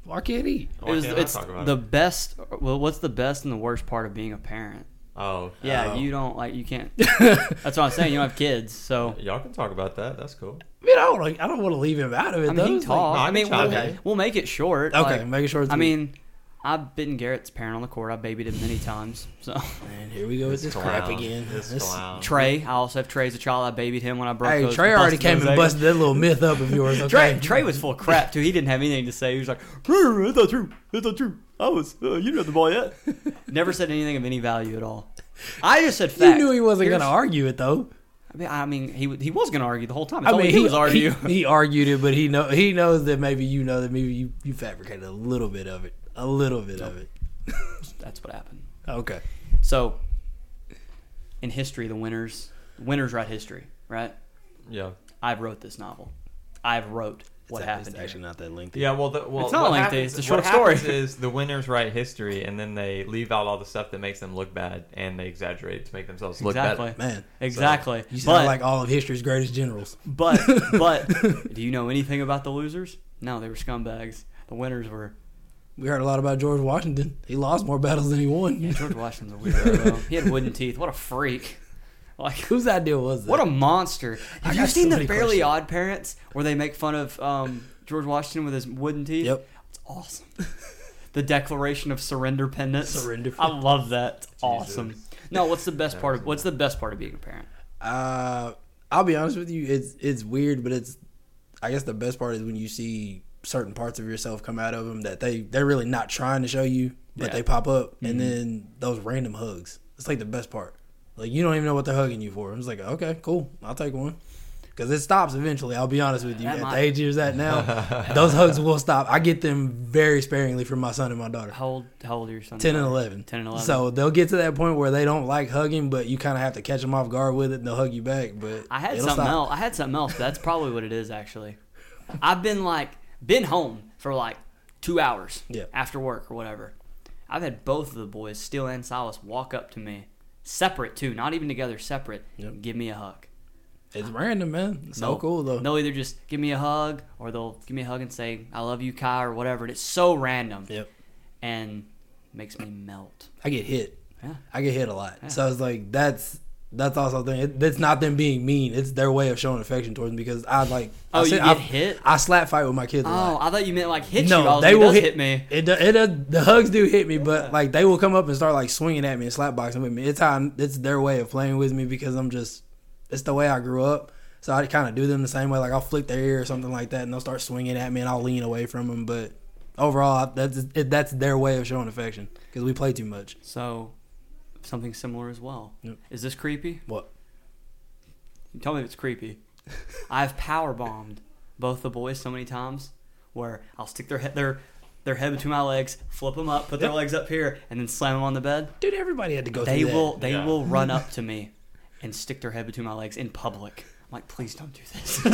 Why can't he? Why it was, can't Oh, I it's talk about the it? best. Well, what's the best and the worst part of being a parent? oh Yeah, Oh. you don't like. You can't. That's what I'm saying. You don't have kids, so uh, y'all can talk about that. That's cool. I mean, I don't like. I don't want to leave him out of it. I mean, though. he can It's like- talk. no, I I mean, can we'll, talk. Okay. we'll make it short. okay, like- making sure. It's I mean, I've been Garrett's parent on the court. I babied him many times. So man, here we go with this crap Clown. again. This This- clown. Trey, I also have Trey as a child. I babied him when I broke. Hey, those- Trey already busted came those and eggs. busted that little myth up of yours. Trey, Okay? Trey was full of crap too. He didn't have anything to say. He was like, "Brr, "That's not true. That's not true. I was. Uh, you didn't have the ball yet." Never said anything of any value at all. I just said you facts. knew he wasn't Here's- going to argue it though. I mean, I mean, he he was gonna argue the whole time. It's I all mean, he, he, was he, arguing. he argued it, but he know he knows that maybe you know that maybe you, you fabricated a little bit of it, a little bit of it. That's what happened. Okay, So, in history, the winners winners write history, right? Yeah. I've wrote this novel. I've wrote what It's- happened. It's here. actually not that lengthy. Yeah, well, the, well It's not what lengthy, happens- it's a short what happens story. Is the winners write history and then they leave out all the stuff that makes them look bad and they exaggerate to make themselves look exactly. better. man, Exactly. you sound but, like all of history's greatest generals. but but do you know anything about the losers? No, they were scumbags. The winners were We heard a lot about George Washington. He lost more battles than he won. Yeah, George Washington's a weirdo. though. he had wooden teeth. What a freak! Like Whose idea was that? what a monster! I Have you got seen so the many Fairly questions. Odd Parents where they make fun of um, George Washington with his wooden teeth? Yep. it's awesome. the Declaration of Surrender Pendants. Surrender I love that. It's awesome. No, what's the best part of what's the best part of being a parent? Uh, I'll be honest with you. It's it's weird, but it's I guess the best part is when you see certain parts of yourself come out of them that they they're really not trying to show you, but Yeah. they pop up, and then those random hugs. It's like the best part. Like you don't even know what they're hugging you for. I'm just like, okay, cool, I'll take one. Because it stops eventually. I'll be honest with you. That At might- the age years at now, those hugs will stop. I get them very sparingly from my son and my daughter. How old how old are your son? 10 and 11. 10 and 11. So they'll get to that point where they don't like hugging, but you kind of have to catch them off guard with it and they'll hug you back. But I had it'll something stop. else. I had something else. but That's probably what it is actually. I've been like been home for like two hours Yeah. after work or whatever. I've had both of the boys, Steele and Silas, walk up to me, separate too, not even together, separate. Yep. Give me a hug. It's random, man. It's so They'll- cool, though. They'll either just give me a hug or they'll give me a hug and say "I love you, Kai" or whatever. And it's so random Yep. and makes me melt. I get hit. Yeah. I get hit a lot. So it's like, that's. That's also a thing. It, that's not them being mean. It's their way of showing affection towards me because I like. Oh, I you said- get I, hit? I slap fight with my kids a Oh, lot. I thought you meant like hit you. I No, was they like, will "Does hit, hit me. It, do- it does, the hugs do hit me, but like they will come up and start like swinging at me and slap boxing with me. It's how I'm- it's their way of playing with me because I'm just it's the way I grew up. So I kind of do them the same way. Like I'll flick their ear or something like that, and they'll start swinging at me, and I'll lean away from them. But overall, that's it, that's their way of showing affection because we play too much. So, something similar as well. Yep. Is this creepy? What? You tell me if it's creepy. I've power bombed both the boys so many times where I'll stick their head their their head between my legs, flip them up, put their Yep. legs up here, and then slam them on the bed. Dude, everybody had to go. They through that. will they Yeah. will run up to me and stick their head between my legs in public. I'm like, please don't do this. You're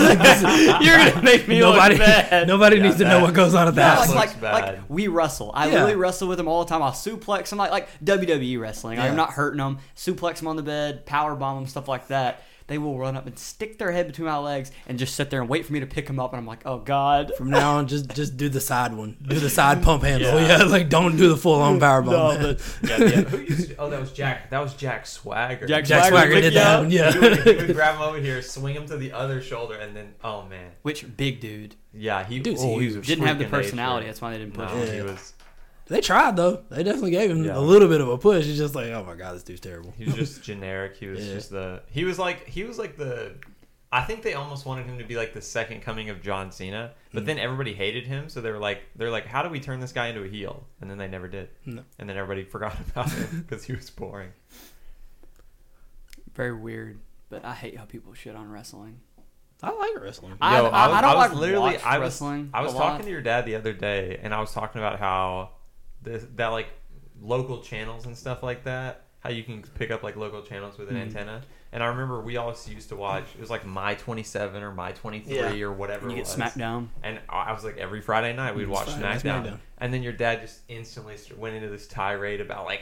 gonna make me Nobody, look bad. nobody Yeah, needs to that- know what goes on at the No, like, house. looks like, bad. like, we wrestle. I Yeah. literally wrestle with them all the time. I'll suplex them like like WWE wrestling. Like, I'm Yeah. not hurting them. Suplex them on the bed, power bomb them, stuff like that. They will run up and stick their head between my legs and just sit there and wait for me to pick them up. And I'm like, oh god. From now on, just just do the side one, do the side pump handle. Yeah, like don't do the full on power bomb. No, man. but Yeah, yeah. Who used to, oh, that was Jack. That was Jack Swagger. Jack Jack Swagger Swagger would did pick that you one, He would, he would yeah. grab him over here, swing him to the other shoulder, and then oh man, which big dude yeah, he, Dude's oh, he was a didn't have the freaking nature. personality. That's why they didn't No, push him. he Yeah. was. they tried though. They definitely gave him Yeah. a little bit of a push. It's just like, oh my god, this dude's terrible. He was just generic. He was Yeah. just the. He was like he was like the. I think they almost wanted him to be like the second coming of John Cena, Mm. but then everybody hated him, so they were like, they're like, how do we turn this guy into a heel? And then they never did, No. and then everybody forgot about him because he was boring. Very weird. But I hate how people shit on wrestling. I like wrestling. I- Yo, was- don't was like watch I was, wrestling I was a lot. talking to your dad the other day, and I was talking about how this, that like local channels and stuff like that, how you can pick up like local channels with an Mm-hmm. antenna. And I remember we always used to watch. It was like My Twenty Seven or My Twenty Three Yeah. or whatever. You it get was. smacked down. Mm-hmm. And I I was like, every Friday night we'd Mm, watch Friday night SmackDown. SmackDown. And then your dad just instantly st- went into this tirade about like,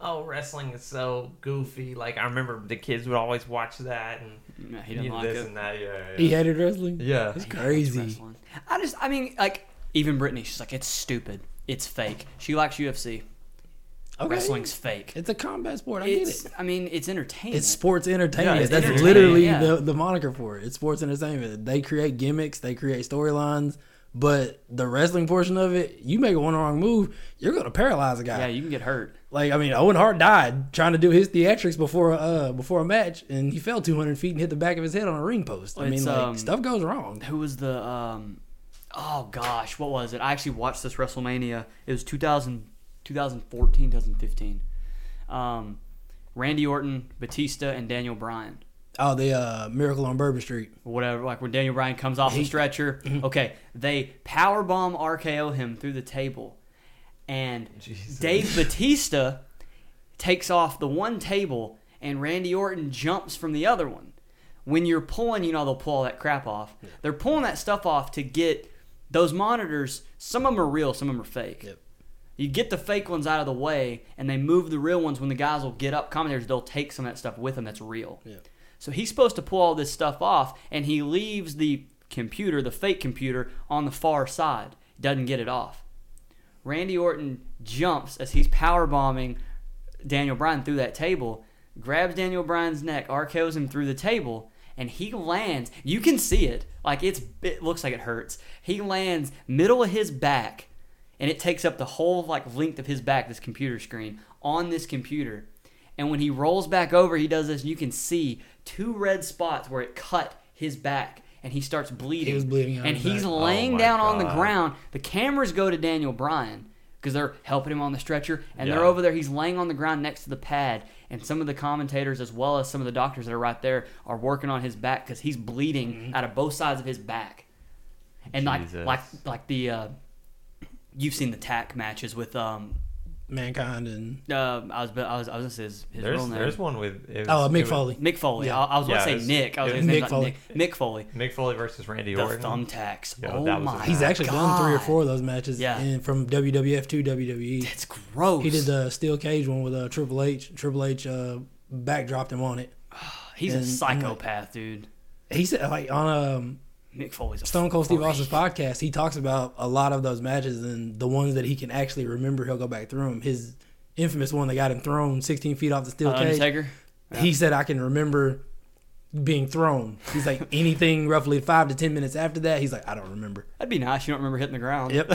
oh, wrestling is so goofy. Like I remember the kids would always watch that and No, he didn't you- like this it. and that. Yeah, yeah. he hated wrestling. yeah. It's I hates crazy. wrestling. I just, I mean, like, even Brittany, she's like, it's stupid. It's fake. She likes UFC. Okay. Wrestling's fake. It's a combat sport. I It's, get it. I mean, it's entertainment. It's sports entertainment. Yeah, it's That's entertainment, literally yeah. the, the moniker for it. It's sports entertainment. They create gimmicks. They create storylines. But the wrestling portion of it, you make one wrong move, you're gonna paralyze a guy. yeah, you can get hurt. Like I mean, Owen Hart died trying to do his theatrics before uh before a match, and he fell 200 feet and hit the back of his head on a ring post. I It's, mean, like um, stuff goes wrong. Who was the, um, oh gosh, what was it? I actually watched this WrestleMania. It was 2000, 2014, 2015. Um, Randy Orton, Batista, and Daniel Bryan. Oh, the uh, Miracle on Bourbon Street. or whatever, like when Daniel Bryan comes off the stretcher. Okay, they powerbomb RKO him through the table, and Jesus. Dave Batista takes off the one table, and Randy Orton jumps from the other one. When you're pulling, you know they'll pull all that crap off. They're pulling that stuff off to get those monitors. Some of them are real, some of them are fake. Yep. You get the fake ones out of the way, and they move the real ones. When the guys will get up, commentators they'll take some of that stuff with them that's real. Yep. So he's supposed to pull all this stuff off, and he leaves the computer, the fake computer, on the far side. Doesn't get it off. Randy Orton jumps as he's power bombing Daniel Bryan through that table, grabs Daniel Bryan's neck, RKO's him through the table, and he lands. You can see it. Like it's it looks like it hurts. He lands middle of his back, and it takes up the whole like length of his back, this computer screen, on this computer. And when he rolls back over, he does this, and you can see two red spots where it cut his back, and he starts bleeding. He was bleeding out and his he's back. laying Oh my down on the God. ground. The cameras go to Daniel Bryan because they're helping him on the stretcher, and they're Yeah. over there. He's laying on the ground next to the pad, and some of the commentators, as well as some of the doctors that are right there, are working on his back because he's bleeding out of both sides of his back. And like Mm-hmm. Jesus. like like the uh, you've seen the tack matches with um. Mankind and Uh, I was I was I was gonna say his, his There's real name. there's one with it was, oh, uh, it Mick was Foley. Mick Foley. Yeah. I, I was Yeah, gonna it say was- Nick. I was it his was name's Mick like Foley. Nick, Mick Foley. Mick Foley versus Randy The Orton. thumbtacks. Yeah, oh that was a- my! He's He's actually done three or God. four of those matches. Yeah. in- from WWF to WWE. It's gross. He did the steel cage one with uh, Triple H. Triple H uh, backdropped him on it. He's and- a and, psychopath, dude. He said like on um, Mick Foley's a Stone Cold Steve freak. Austin's podcast, he talks about a lot of those matches and the ones that he can actually remember. He'll go back through them. His infamous one that got him thrown 16 feet off the steel Uh, cage. Undertaker. He said, "I can remember being thrown." He's like anything roughly five to 10 minutes after that. He's like, "I don't remember." That'd be nice. You don't remember hitting the ground. Yep.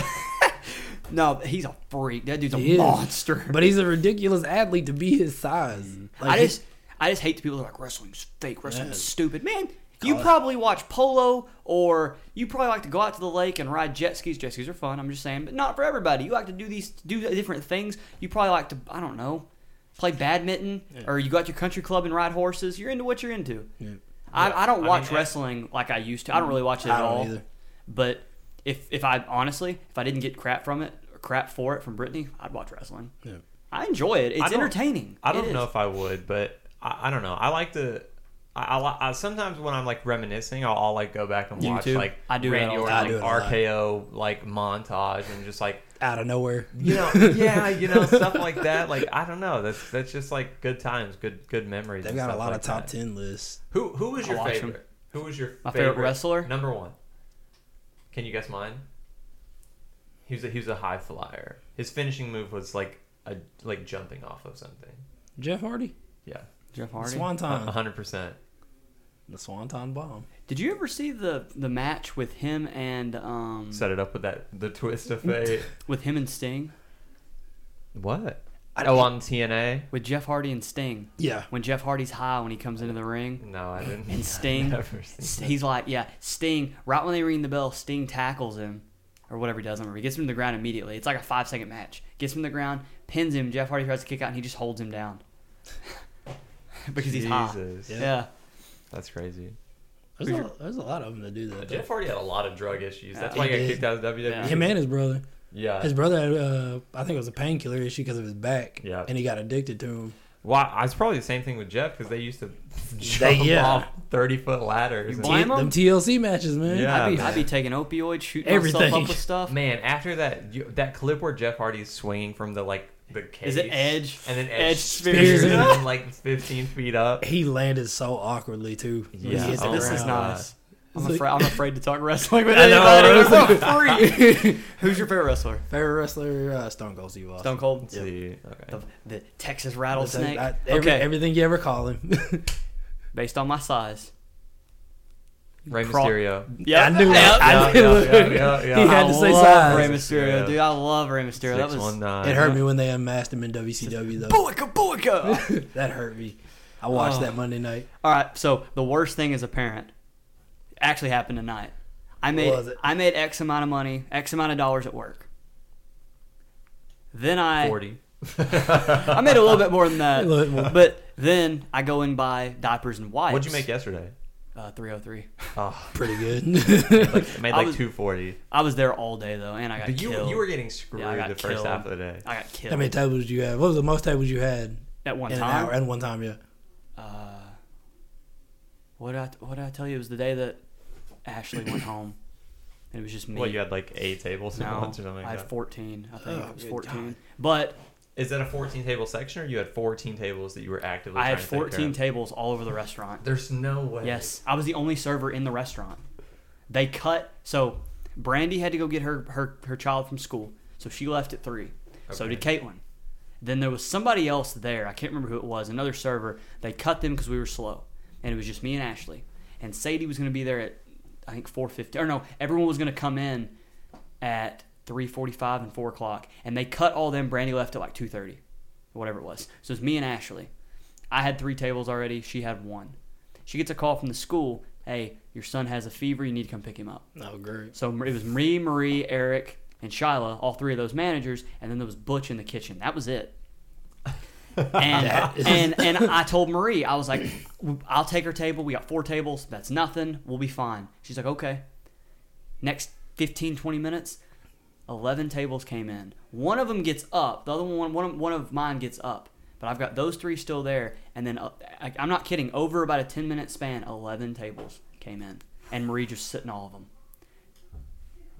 No, he's a freak. That dude's a He is. monster. But he's a ridiculous athlete to be his size. Mm-hmm. Like, I he- just, I just hate the people that are like wrestling's fake, wrestling's Yes. stupid. Man, you probably watch polo, or you probably like to go out to the lake and ride jet skis. Jet skis are fun. I'm just saying, but not for everybody. You like to do these, do different things. You probably like to, I don't know, play badminton, or you go out to your country club and ride horses. You're into what you're into. Yeah. I, I don't I watch mean, Mm-hmm. wrestling like I used to. I don't really watch it I at don't all. either. But if if I honestly, if I didn't get crap from it or crap for it from Brittany, I'd watch wrestling. Yeah. I enjoy it. It's don't- entertaining. I It don't is. know if I would, but I, I don't know. I like to. I, I, li- I sometimes when I'm like reminiscing, I'll, I'll like go back and watch YouTube? like I do that Randy all the Orton like time. I do it a lot. RKO like montage and just like out of nowhere. you know yeah you know stuff like that. Like I don't know. That's that's just like good times, good good memories. They've and got a stuff lot like of top that. ten lists. Who who was your I'll watch 'em. favorite? Who was your My favorite wrestler? Number one. Can you guess mine? He was a, he was a high flyer. His finishing move was like a like jumping off of something. Jeff Hardy, Yeah, Jeff The Hardy. a Swanton, hundred percent. the Swanton bomb. Did you ever see the the match with him and um Set it up with that the twist of fate. with him and Sting what? Oh, on TNA. with Jeff Hardy and Sting Yeah, when Jeff Hardy's high when he comes into the ring No, I didn't. and Sting Never seen he's like yeah Sting right when they ring the bell Sting tackles him or whatever he does I don't remember he gets him to the ground immediately it's like a five second match gets him to the ground pins him Jeff Hardy tries to kick out and he just holds him down because he's high Jesus. yeah. Yeah. That's crazy. there's a, there's a lot of them that do that. Jeff Hardy had a lot of drug issues. That's Yeah. why He he got did. kicked out of WWE. Yeah. though. Him and his brother. Yeah. His brother, had, uh, I think it was a painkiller issue because of his back. Yeah. and he got addicted to him. Well, it's probably the same thing with Jeff because they used to They- jump yeah. off thirty foot ladders. You and- blame him? Them TLC matches, man. Yeah. I'd be man. I'd be taking opioids shooting myself Everything. up with stuff Man, after that you, that clip where Jeff Hardy is swinging from the like the cage, Is it Edge? and then Edge, Edge spears, spears him. him like fifteen feet up. He landed so awkwardly too. when he Yeah. hit the Oh, this is wow. ground. not us. I'm, It's like- afraid, I'm afraid to talk wrestling with I know, anybody. I was We're so free. Who's your favorite wrestler? favorite wrestler. Uh, Stone Cold Steve Austin. Stone Cold. Let's see. Okay. The, the Texas That's rattlesnake. like- I- every- okay, everything you ever call him. based on my size. Rey Crawl- Mysterio. I knew it. I Yeah, knew yeah, it. yeah, yeah, yeah. He had to say love size. Rey Mysterio, Yeah. dude. I love Rey Mysterio. that was 619. It hurt me when they unmasked him in WCW though. Boyka Boyka. that hurt me. I watched Oh. that Monday night. All right, so the worst thing as a parent actually happened tonight. I was made it? I made X amount of money, X amount of dollars at work. Then I Forty. I made a little bit more than A that. little bit more. But then I go and buy diapers and wipes. What'd you make yesterday? Uh, 303. Oh, Pretty good. like, I made I like was- two forty. I was there all day though, and I got But you killed. you were getting screwed Yeah, I got the first killed. half of the day. I got killed How many tables did you have? What was the most tables you had at one in an hour? time. And one time, yeah. Uh, what did I what did I tell you? It was the day that Ashley went home, and it was just me. Well, you had like eight tables at no, once or something. I Like had that. 14. I think Oh, it was good 14. God. But Is that a fourteen table section, or you had fourteen tables that you were actively? I trying had to take care 14 of? tables all over the restaurant. There's no way. Yes, I was the only server in the restaurant. They cut so Brandy had to go get her her, her child from school. So she left at three. So Okay. did Caitlin. Then there was somebody else there. I can't remember who it was. Another server. They cut them because we were slow, and it was just me and Ashley. And Sadie was going to be there at I think four fifty. Or no, everyone was going to come in at three forty-five and four o'clock, and they cut all them. Brandy left at like two thirty, whatever it was. So it's me and Ashley. I had three tables already. She had one. She gets a call from the school. Hey, your son has a fever. You need to come pick him up. No, great. So it was me, Marie, Eric, and Shyla, all three of those managers, and then there was Butch in the kitchen. That was it. And and and I told Marie, I was like, I'll take her table. We got four tables. That's nothing. We'll be fine. She's like, okay. Next 15, 20 minutes, 11 tables came in. One of them gets up. The other one, one of, one of mine gets up. But I've got those three still there. And then, uh, I, I'm not kidding, over about a 10 minute span, 11 tables came in. And Marie just sitting all of them.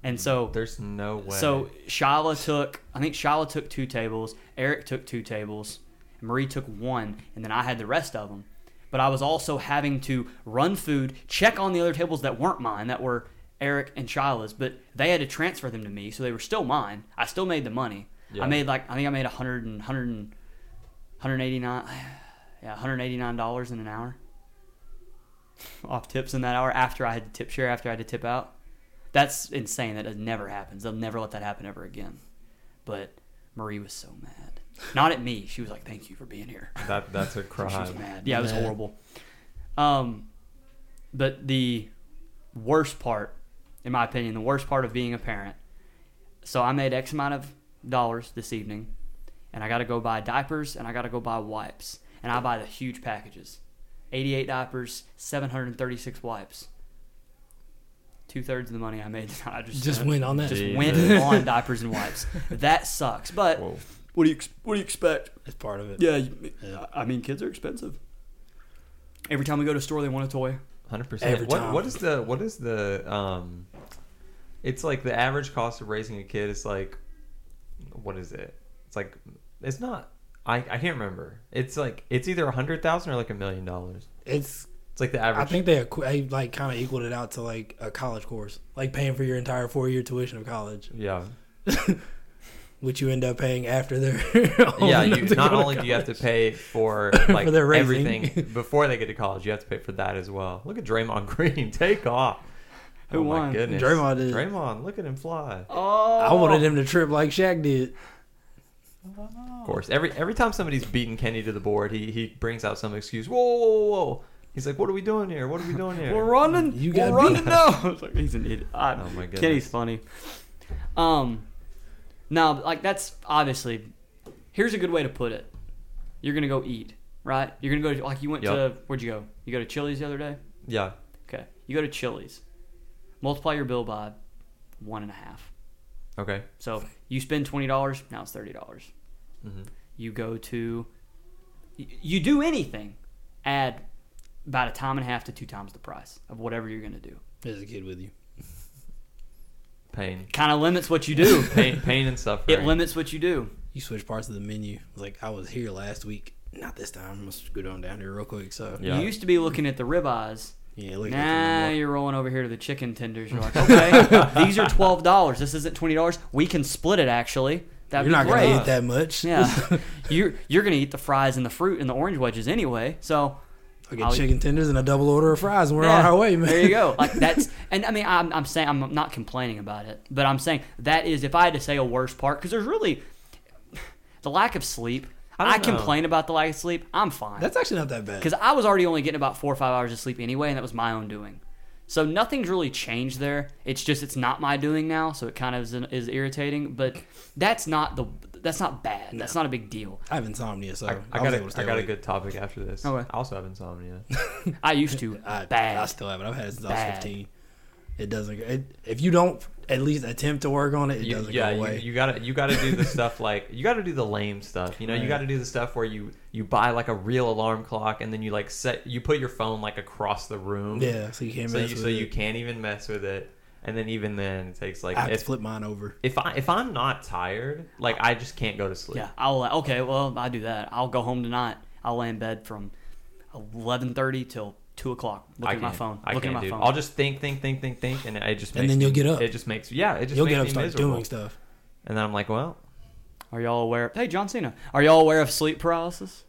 And so, There's no way. so Shyla took, I think Shyla took two tables. Eric took two tables. Marie took one, and then I had the rest of them. But I was also having to run food, check on the other tables that weren't mine, that were Eric and Shyla's, but they had to transfer them to me, so they were still mine. I still made the money. Yeah. I made like I think I made 100 and 100 and 189 yeah, 189 dollars in an hour off tips in that hour after I had to tip share after I had to tip out. That's insane. That never happens. They'll never let that happen ever again. But Marie was so mad. Not at me. She was like, "Thank you for being here." that that's a She crime. was mad. Yeah, it was Mad. horrible. Um, but the worst part, in my opinion, the worst part of being a parent. So I made X amount of dollars this evening, and I got to go buy diapers and I got to go buy wipes, and I buy the huge packages, eighty-eight diapers, seven hundred and thirty-six wipes. Two thirds of the money I made, I just Just went on that. just Jesus. went on diapers and wipes. That sucks, but Whoa. what do you ex- what do you expect? That's part of it. Yeah, you- Yeah. I I mean, kids are expensive. Every time we go to a store, they want a toy. Hundred Every percent. What time. what is the what is the um? It's like the average cost of raising a kid is like, what is it? It's like it's not. I, I can't remember. It's like it's either a hundred thousand or like a million dollars. It's. It's like the I average. think they, equ- they like kind of equaled it out to like a college course, like paying for your entire four year tuition of college, yeah, which you end up paying after their. Oh, yeah. You, not only do you have to pay for like their raising. everything before they get to college, you have to pay for that as well. Look at Draymond Green take off. Who oh won? my goodness, Draymond is- Draymond, look at him fly. Oh, I wanted him to trip like Shaq did. Of course. Every every time somebody's beating Kenny to the board, he he brings out some excuse. Whoa, whoa, whoa, whoa. He's like, "What are we doing here? What are we doing We're here?" running. You We're got running now. It's like, he's an idiot. I, Oh my Kenny's goodness. funny. Um, no, but, like that's obviously. Here's a good way to put it. You're gonna go eat, right? You're gonna go to like you went to Yup. where'd you go? You go to Chili's the other day. yeah, Okay, you go to Chili's. Multiply your bill by one and a half. okay. So you spend twenty dollars. Now it's thirty dollars. Mm-hmm. hmm you go to y- you do anything add about a time and a half to two times the price of whatever you're going to do There's a kid with you. Pain, kind of limits what you do pain, pain, and it suffering. limits what you do You switch parts of the menu. It's Like I was here last week. Not this time. I'm gonna scoot on down here real quick. So Yeah. you used to be looking at the ribeyes yeah look now at you're rolling over here to the chicken tenders you're like okay these are $12 this isn't $20 we can split it actually that. That'd You're be not great. gonna eat that much. yeah you're, you're gonna eat the fries and the fruit and the orange wedges anyway so I get I'll- chicken tenders and a double order of fries, and we're on Yeah, our way, man. There you go. Like that's, and I mean, I'm, I'm saying I'm not complaining about it, but I'm saying that is if I had to say a worst part, because there's really the lack of sleep. I don't I, know. complain about the lack of sleep. I'm fine That's actually not that bad. because I was already only getting about four or five hours of sleep anyway, and that was my own doing. So nothing's really changed there. It's just it's not my doing now, so it kind of is, is irritating. But that's not the that's not bad. That's not a big deal. I have insomnia, so I, I, I was got, able a, to stay I got a awake. good topic after this. Okay. I also have insomnia. I used to I, bad. I still have it. I've had it since I Bad. was 15. It doesn't. It, if you don't at least attempt to work on it, it You- doesn't yeah, go you, away. you gotta you gotta do the stuff like you gotta do the lame stuff. You know, you Right. gotta do the stuff where you you buy like a real alarm clock and then you like set you put your phone like across the room. yeah, so you can't So mess you with so it. you can't even mess with it. And then even then, it takes like I have to if, flip mine over. if I if I'm not tired, like I just can't go to sleep. Yeah, I'll uh, okay. Well, I do that. I'll go home tonight. I'll lay in bed from eleven thirty till two o'clock. Looking at my can't. phone. I looking can't, at my dude. phone. I'll just think, think, think, think, think, and it just And makes then you'll me- get up. It just makes yeah. It just You'll makes get up, me and start miserable. doing stuff. And then I'm like, well, Are y'all aware? Hey, John Cena. Are y'all aware of sleep paralysis?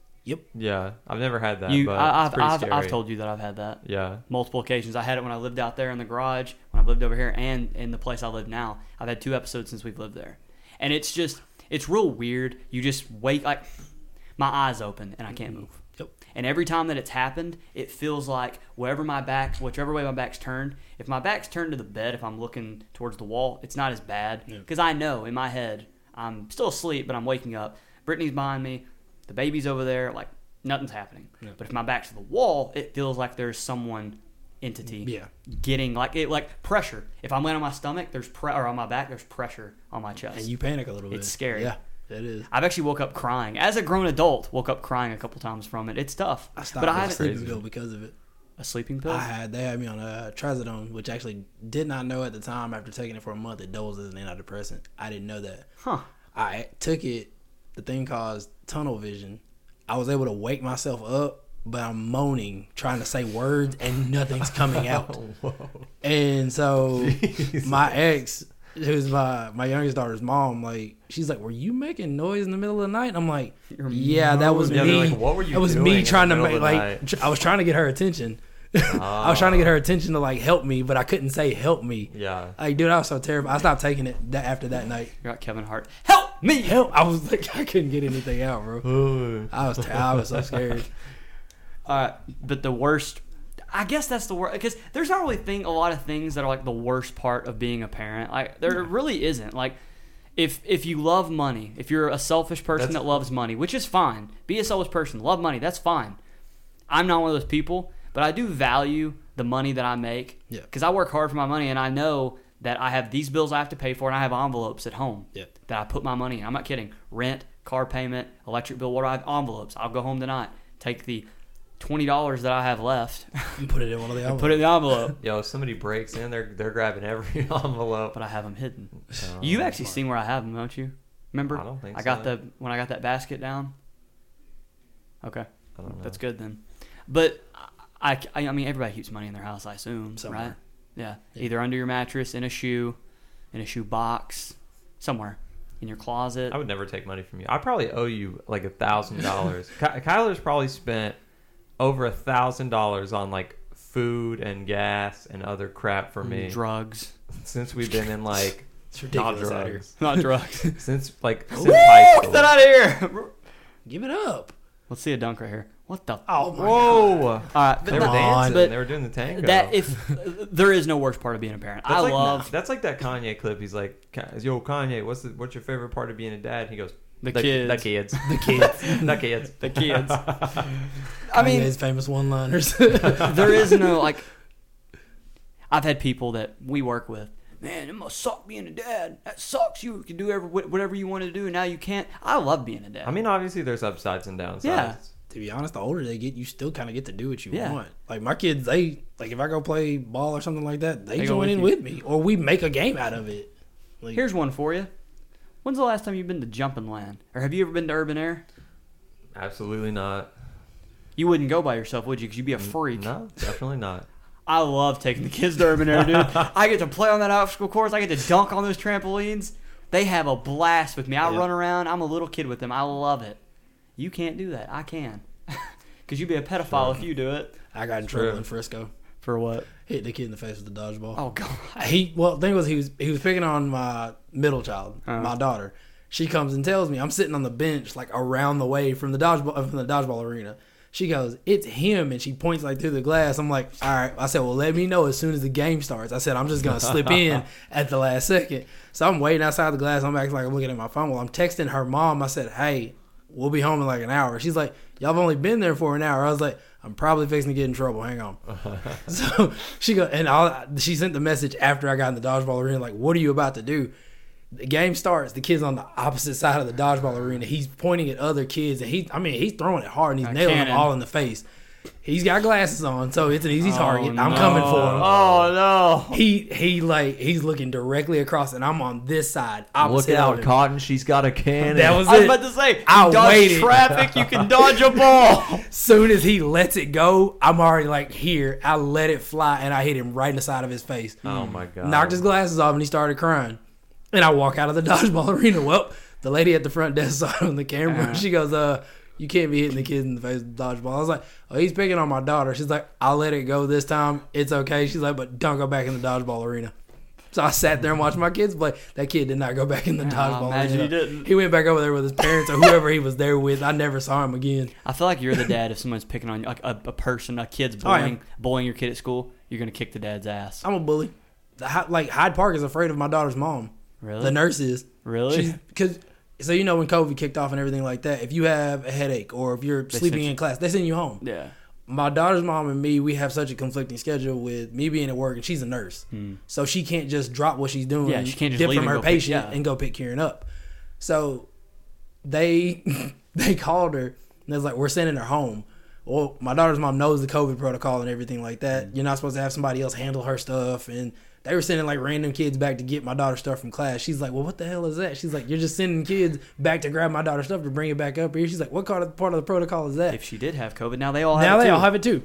yeah, I've never had that. you, but I, it's I've, pretty I've, scary. I've told you that I've had that Yeah, multiple occasions. I had it when I lived out there in the garage, when I've lived over here, and in the place I live now. I've had two episodes since we've lived there, and it's just it's real weird. You just wake like my eyes open and I can't move. Yep. And every time that it's happened, it feels like wherever my back, whichever way my back's turned, if my back's turned to the bed, if I'm looking towards the wall, it's not as bad because I know in my head I'm still asleep, but I'm waking up. Brittany's behind me, the baby's over there, like nothing's happening. But if my back's to the wall, it feels like there's someone entity Yeah. getting like it like pressure. If I'm laying on my stomach, there's pre- or on my back, there's pressure on my chest. and you panic a little bit. It's scary. Yeah, it is. I've actually woke up crying as a grown adult. Woke up crying a couple times from it. It's tough. I stopped but I on haven't sleeping Crazy. pill because of it. a sleeping pill. I had they had me on a trazodone, which actually did not know at the time. After taking it for a month, it doubles as an antidepressant. I didn't know that. Huh. I took it. The thing caused tunnel vision. I was able to wake myself up, but I'm moaning, trying to say words, and nothing's coming out. and so my ex, who's my my youngest daughter's mom, like she's like, "Were you making noise in the middle of the night?" I'm like, You're "Yeah, that was moaning." Yeah, me. they're like, "What were you That was doing me in trying the to middle make of the night?" like tr- I was trying to get her attention." I was trying to get her attention to like help me, but I couldn't say help me. yeah. Like, dude, I was so terrified. I stopped taking it that after that night. You're like Kevin Hart. Help me. Help! I was like, I couldn't get anything out, bro. Ooh. I was, I was so scared. All right. But the worst. I guess that's the worst because there's not really thing a lot of things that are like the worst part of being a parent. Like there really isn't. Like if if you love money, if you're a selfish person That's- that loves money, which is fine. Be a selfish person, love money, that's fine. I'm not one of those people, but I do value the money that I make. Yeah. Because I work hard for my money and I know that I have these bills I have to pay for and I have envelopes at home Yeah. that I put my money in. I'm not kidding. Rent, car payment, electric bill, what do I have? Envelopes. I'll go home tonight, take the twenty dollars that I have left, You put it in one of the Oh envelopes. put it in the envelope. Yo, if somebody breaks in, they're they're grabbing every envelope. but I have them hidden. Oh, you actually seen where I have them, don't you? Remember? I don't think I got so. the when I got that basket down. Okay, I don't know. that's good then. But I, I, I mean, everybody keeps money in their house, I assume, Somewhere. right? Yeah. either under your mattress, in a shoe, in a shoe box, somewhere, in your closet. I would never take money from you. I probably owe you like a thousand dollars. Ky- Kyler's probably spent over a thousand dollars on like food and gas and other crap for me Drugs, since we've been in like It's not ridiculous out here. drugs not drugs. since like since Woo! high Get school. that out of here! Give it up. Let's see a dunk right here. What the? Uh, Oh my Whoa! All right, but They were that- Come on. dancing. But they were doing the tango. that if there is no worst part of being a parent. That's I like, love That's like that Kanye clip. He's like, "Ka- "Yo, Kanye, what's the, what's your favorite part of being a dad?" he goes, The kids. the kids, the kids, the kids." the kids. I mean, his famous one-liners. there is no like. I've had people that we work with. Man, it must suck being a dad. That sucks. You can do ever, wh- whatever you want to do, and now you can't. I love being a dad. I mean, obviously, there's upsides and downsides. Yeah. to be honest, the older they get, you still kind of get to do what you Yeah. want. Like my kids, they like if I go play ball or something like that, they, They go join with in you. with me, or we make a game out of it. Like, here's one for you. When's the last time you've been to Jumping Land, or have you ever been to Urban Air? Absolutely not. You wouldn't go by yourself, would you? Because you'd be a freak. No, definitely not. I love taking the kids to Urban Air, dude. I get to play on that obstacle course. I get to dunk on those trampolines. They have a blast with me. I Yeah. run around. I'm a little kid with them. I love it. You can't do that. I can. Because you'd be a pedophile if you do it. I got in trouble True. in Frisco, For what? hit the kid in the face with the dodgeball. Oh, God. he well thing was he was he was picking on my middle child Uh-huh. my daughter she comes and tells me i'm sitting on the bench like around the way from the dodgeball uh, from the dodgeball arena she goes it's him and she points like through the glass i'm like all right i said well let me know as soon as the game starts i said i'm just gonna slip in at the last second so i'm waiting outside the glass i'm acting like i'm looking at my phone well i'm texting her mom i said hey we'll be home in like an hour she's like y'all have only been there for an hour i was like i'm probably fixing to get in trouble hang on so she go and all she sent the message after I got in the dodgeball arena, like, "What are you about to do?" The game starts. The kid's on the opposite side of the dodgeball arena. He's pointing at other kids, and he, I mean, he's throwing it hard and he's A nailing cannon. Oh, them all in the face. He's got glasses on, so it's an easy target. I'm no. coming for him. Oh, no. He he, like he's looking directly across, and I'm on this side, opposite of him. Cotton. She's got a cannon. That was I was it. about to say, I you dodge waited. traffic, you can dodge a ball. Soon as he lets it go, I'm already like here. I let it fly, and I hit him right in the side of his face. Oh my god. knocked his glasses off and he started crying. And I walk out of the dodgeball arena. Well, the lady at the front desk saw it on the camera. Uh-huh. She goes, "Uh, you can't be hitting the kids in the face with dodgeball." I was like, "Oh, he's picking on my daughter." She's like, "I'll let it go this time. It's okay." She's like, "But don't go back in the dodgeball arena." So I sat there and watched my kids play. That kid did not go back in the Yeah, I dodgeball imagine arena. he didn't. went back over there with his parents or whoever he was there with. I never saw him again. I feel like you're the dad if someone's picking on you, like a, a person, a kid's Oh, I am. bullying, bullying your kid at school. You're gonna kick the dad's ass. I'm a bully. The Hy- Like Hyde Park is afraid of my daughter's mom. Really? The nurse is. really? She's because so you know when COVID kicked off and everything like that. If you have a headache or if you're They sleeping sent in class, they send you home. yeah. My daughter's mom and me, we have such a conflicting schedule with me being at work and she's a nurse, so she can't just drop what she's doing. Hmm. Yeah, she can't just dip leave from and her go pick- patient yeah. and go pick Kieran up. So they they called her and they was like, "We're sending her home." Well, my daughter's mom knows the COVID protocol and everything like that. Hmm. You're not supposed to have somebody else handle her stuff, and they were sending like random kids back to get my daughter's stuff from class. She's like, "Well, what the hell is that?" She's like, "You're just sending kids back to grab my daughter's stuff to bring it back up here." She's like, "What kind of- part of the protocol is that?" If she did have COVID, now they all have it now they too. all have it too.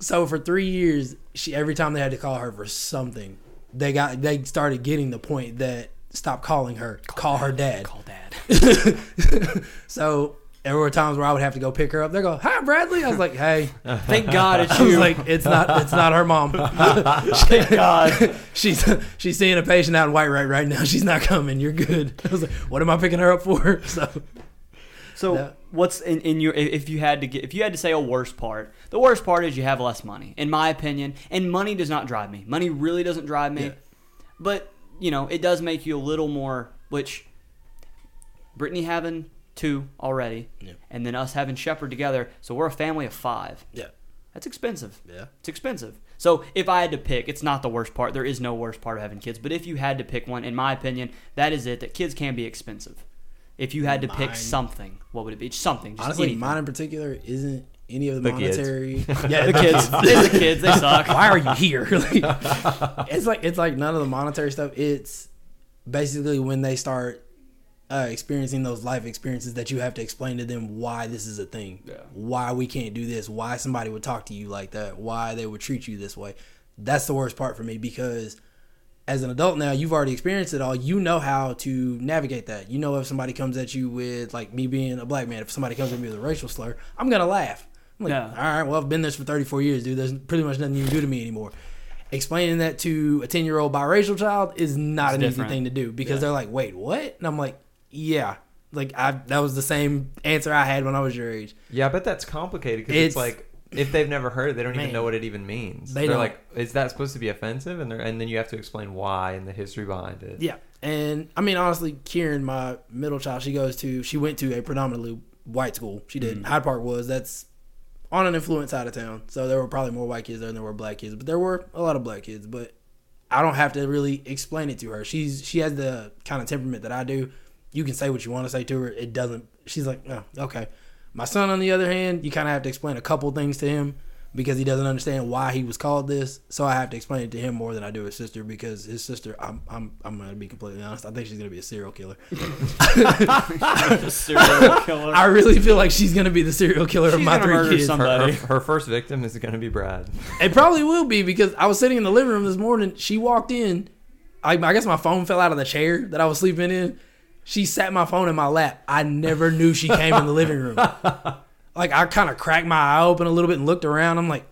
So for three years, she every time they had to call her for something, they got they started getting the point that stop calling her, call, her dad. Call dad. So there were times where I would have to go pick her up. They go, "Hi, Bradley." I was like, "Hey," Thank God it's I was you. like, "It's not, it's not her mom. Thank God. she's she's seeing a patient out in White Right right now. She's not coming. You're good." I was like, "What am I picking her up for?" So So No. what's in, in your i- if you had to get if you had to say a worst part? The worst part is you have less money, in my opinion. And money does not drive me. Money really doesn't drive me. Yeah. But you know, it does make you a little more. Which Brittany having two already, Yeah. and then us having Shepherd together, so we're a family of five. yeah, That's expensive. yeah. It's expensive. So if I had to pick, it's not the worst part. There is no worst part of having kids. But if you had to pick one, in my opinion, that is it. That kids can be expensive. If you had to pick Mine- something, what would it be? Just something. Just Honestly, anything. mine in particular isn't any of the, The kids. monetary. Yeah, the kids. it's the kids. They suck. why are you here? Like, it's like it's like none of the monetary stuff. It's basically when they start uh, experiencing those life experiences that you have to explain to them why this is a thing, Yeah. why we can't do this, why somebody would talk to you like that, why they would treat you this way. That's the worst part for me because as an adult now, you've already experienced it all. You know how to navigate that. You know if somebody comes at you with like me being a black man, if somebody comes at me with a racial slur, I'm gonna laugh. I'm like, Yeah. all right, well I've been this for 34 years, dude. There's pretty much nothing you can do to me anymore. Explaining that to a 10 year old biracial child is not It's an different. easy thing to do because they're like, wait, what? And I'm like, yeah. Like I that was the same answer I had when I was your age. Yeah, I bet that's complicated because it's, It's- like if they've never heard it, they don't Man. even know what it even means. They They are don't. like, is that supposed to be offensive? And they're, and then you have to explain why and the history behind it. Yeah. And I mean, honestly, Kieran, my middle child, she goes to, she went to a predominantly white school. She Mm-hmm. did. Hyde Park was. That's on an influence side of town. So there were probably more white kids there than there were black kids, but there were a lot of black kids. But I don't have to really explain it to her. She's, she has the kind of temperament that I do. You can say what you want to say to her. It doesn't, she's like, oh, okay. My son, on the other hand, you kind of have to explain a couple things to him because he doesn't understand why he was called this. So I have to explain it to him more than I do his sister because his sister, I'm, I'm, I'm gonna be completely honest. I think she's gonna be a serial killer. Serial killer. I really feel like she's gonna be the serial killer of She's my gonna three murder kids. Her, her, Somebody. her first victim is going to be Brad. It probably will be because I was sitting in the living room this morning. She walked in. I, I guess my phone fell out of the chair that I was sleeping in. She sat my phone in my lap. I never knew she came in the living room. Like I kind of cracked my eye open a little bit and looked around. I'm like,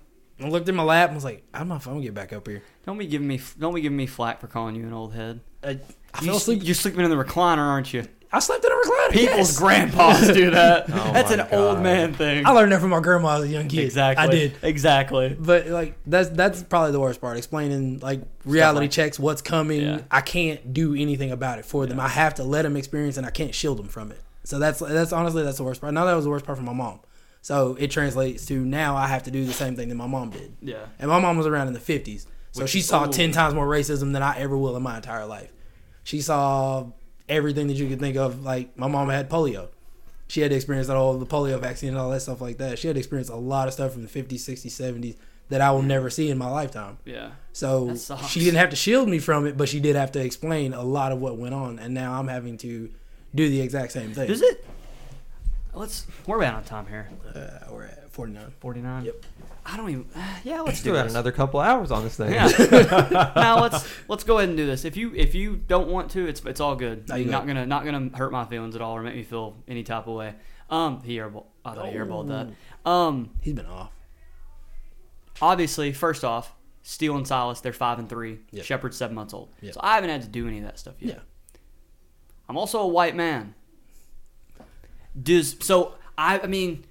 I looked in my lap and was like, how did my phone get back up here? Don't be giving me don't be giving me flack for calling you an old head. I, I You, fell asleep. are sleeping in the recliner, aren't you? I slept in a recliner. People's yes. grandpas do that. Oh That's an my old God. man thing. I learned that from my grandma as a young kid. exactly. I did. Exactly. But like that's that's probably the worst part. Explaining like reality like- checks, what's coming. Yeah. I can't do anything about it for them. I have to let them experience, and I can't shield them from it. So that's that's honestly that's the worst part. Now that was the worst part for my mom. So it translates to now I have to do the same thing that my mom did. Yeah. And my mom was around in the 50s. So Which she is saw old. 10 times more racism than I ever will in my entire life. She saw everything that you could think of. Like, my mom had polio. She had to experience that all the polio vaccine and all that stuff like that. She had to experience a lot of stuff from the 50s, 60s, 70s that I will never see in my lifetime. Yeah. So That sucks. she didn't have to shield me from it, but she did have to explain a lot of what went on. And now I'm having to do the exact same thing. Does it? Let's. We're about on time here. Uh, we're at Forty nine. 49. Yep. I don't even. Yeah, let's do Still got this. another couple hours on this thing. Yeah. now let's let's go ahead and do this. If you if you don't want to, it's it's all good. No, You're you not don't. gonna not gonna hurt my feelings at all or make me feel any type of way. Um, he airball. I thought he Oh. airballed that. Um, He's been off. obviously, first off, Steele and Silas, they're five and three. Yep. Shepard's seven months old. Yep. So I haven't had to do any of that stuff yet. Yeah. I'm also a white man. Does so I I mean,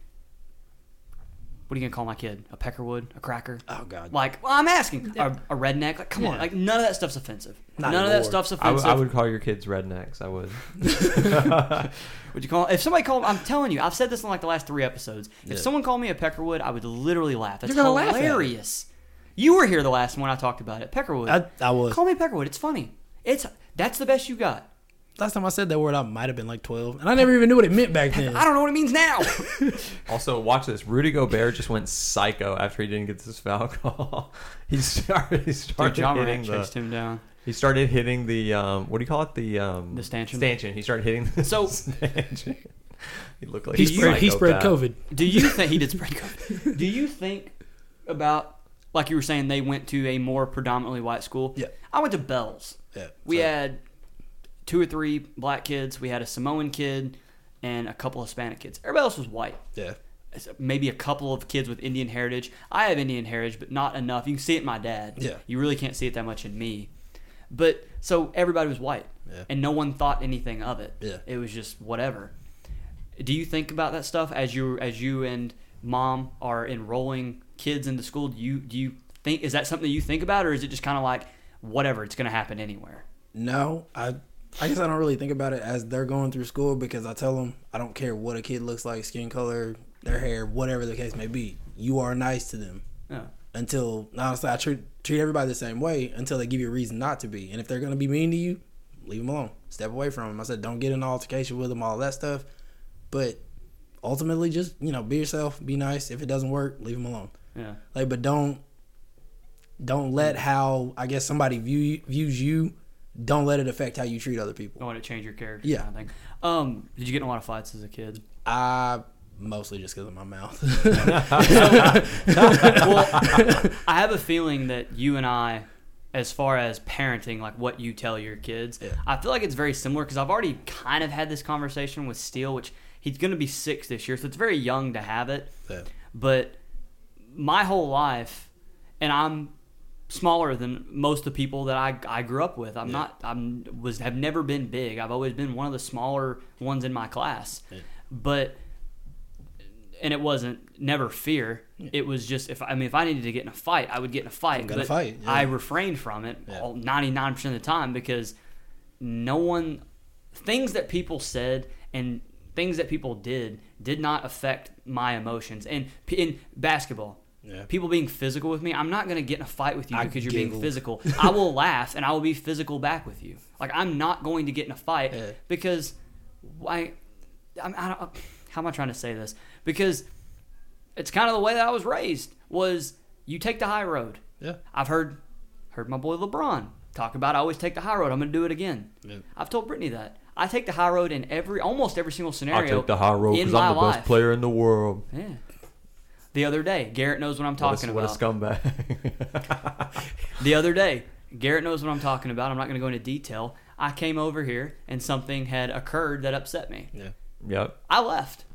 what are you gonna call my kid? A peckerwood? A cracker? Oh God. Like, well, I'm asking a, a redneck. Like, come on, Yeah. like none of that stuff's offensive. Not none of that anymore. stuff's I, w- offensive. I would call your kids rednecks. I would. Would you call if somebody called? I'm telling you, I've said this in like the last three episodes. If Yeah. someone called me a peckerwood, I would literally laugh. That's You're gonna laugh at it. hilarious. you were here the last one I talked about it. Peckerwood. I, I was call me peckerwood. It's funny. It's that's the best you got. last time I said that word. I might have been like twelve, and I never even knew what it meant back then. I don't know what it means now. Also, watch this. Rudy Gobert just went psycho after he didn't get this foul call. he started. He started Dude, John hitting Morant the. chased him down. He started hitting the. Um, what do you call it? The um, The stanchion? Stanchion. He started hitting the So- stanchion. He looked like He a spread, he spread psychopath. COVID. Do you think he did spread COVID? Do you think about like you were saying they went to a more predominantly white school? Yeah. I went to Bell's. Yeah, We so- had two or three black kids. We had a Samoan kid and a couple Hispanic kids. Everybody else was white. Yeah. Maybe a couple of kids with Indian heritage. I have Indian heritage, but not enough. You can see it in my dad. Yeah. You really can't see it that much in me. But so everybody was white, Yeah. and no one thought anything of it. Yeah. It was just whatever. Do you think about that stuff as you as you and mom are enrolling kids into school? Do you do you think is that something you think about, or is it just kind of like whatever? It's going to happen anywhere. No, I I guess I don't really think about it as they're going through school because I tell them I don't care what a kid looks like, skin color, their hair, whatever the case may be. You are nice to them Yeah. until honestly I treat treat everybody the same way until they give you a reason not to be. And if they're gonna be mean to you, leave them alone. Step away from them. I said don't get in an altercation with them, all that stuff. But ultimately, just you know, be yourself, be nice. If it doesn't work, leave them alone. Yeah. Like, but don't don't let how I guess somebody view views you. Don't let it affect how you treat other people. Don't want to change your character. Yeah. Kind of thing. Um. Did you get in a lot of fights as a kid? I mostly just because of my mouth. well, I have a feeling that you and I, as far as parenting, like what you tell your kids, Yeah. I feel like it's very similar because I've already kind of had this conversation with Steele, which he's going to be six this year, so it's very young to have it. Yeah. But my whole life, and I'm smaller than most of the people that I, I grew up with. I'm not I'm was have never been big. I've always been one of the smaller ones in my class. But and it wasn't never fear. It was just if I mean if I needed to get in a fight, I would get in a fight. gonna but fight, yeah. I refrained from it Yeah. all ninety nine percent of the time because no one things that people said and things that people did did not affect my emotions. And p- in basketball, Yeah. people being physical with me, I'm not gonna get in a fight with you I because you're being giggled. physical. I will laugh and I will be physical back with you. Like I'm not going to get in a fight Yeah. because why? I'm, I don't, how am I trying to say this? Because it's kind of the way that I was raised was you take the high road. Yeah. I've heard heard my boy LeBron talk about I always take the high road. I'm going to do it again. Yeah. I've told Brittany that. I take the high road in every almost every single I scenario. took the high road in because my I'm the life. best player in the world. Yeah. The other day, Garrett knows what I'm What a- talking what a about. scumbag. The other day, Garrett knows what I'm talking about. I'm not going to go into detail. I came over here and something had occurred that upset me. yeah. yep. I left.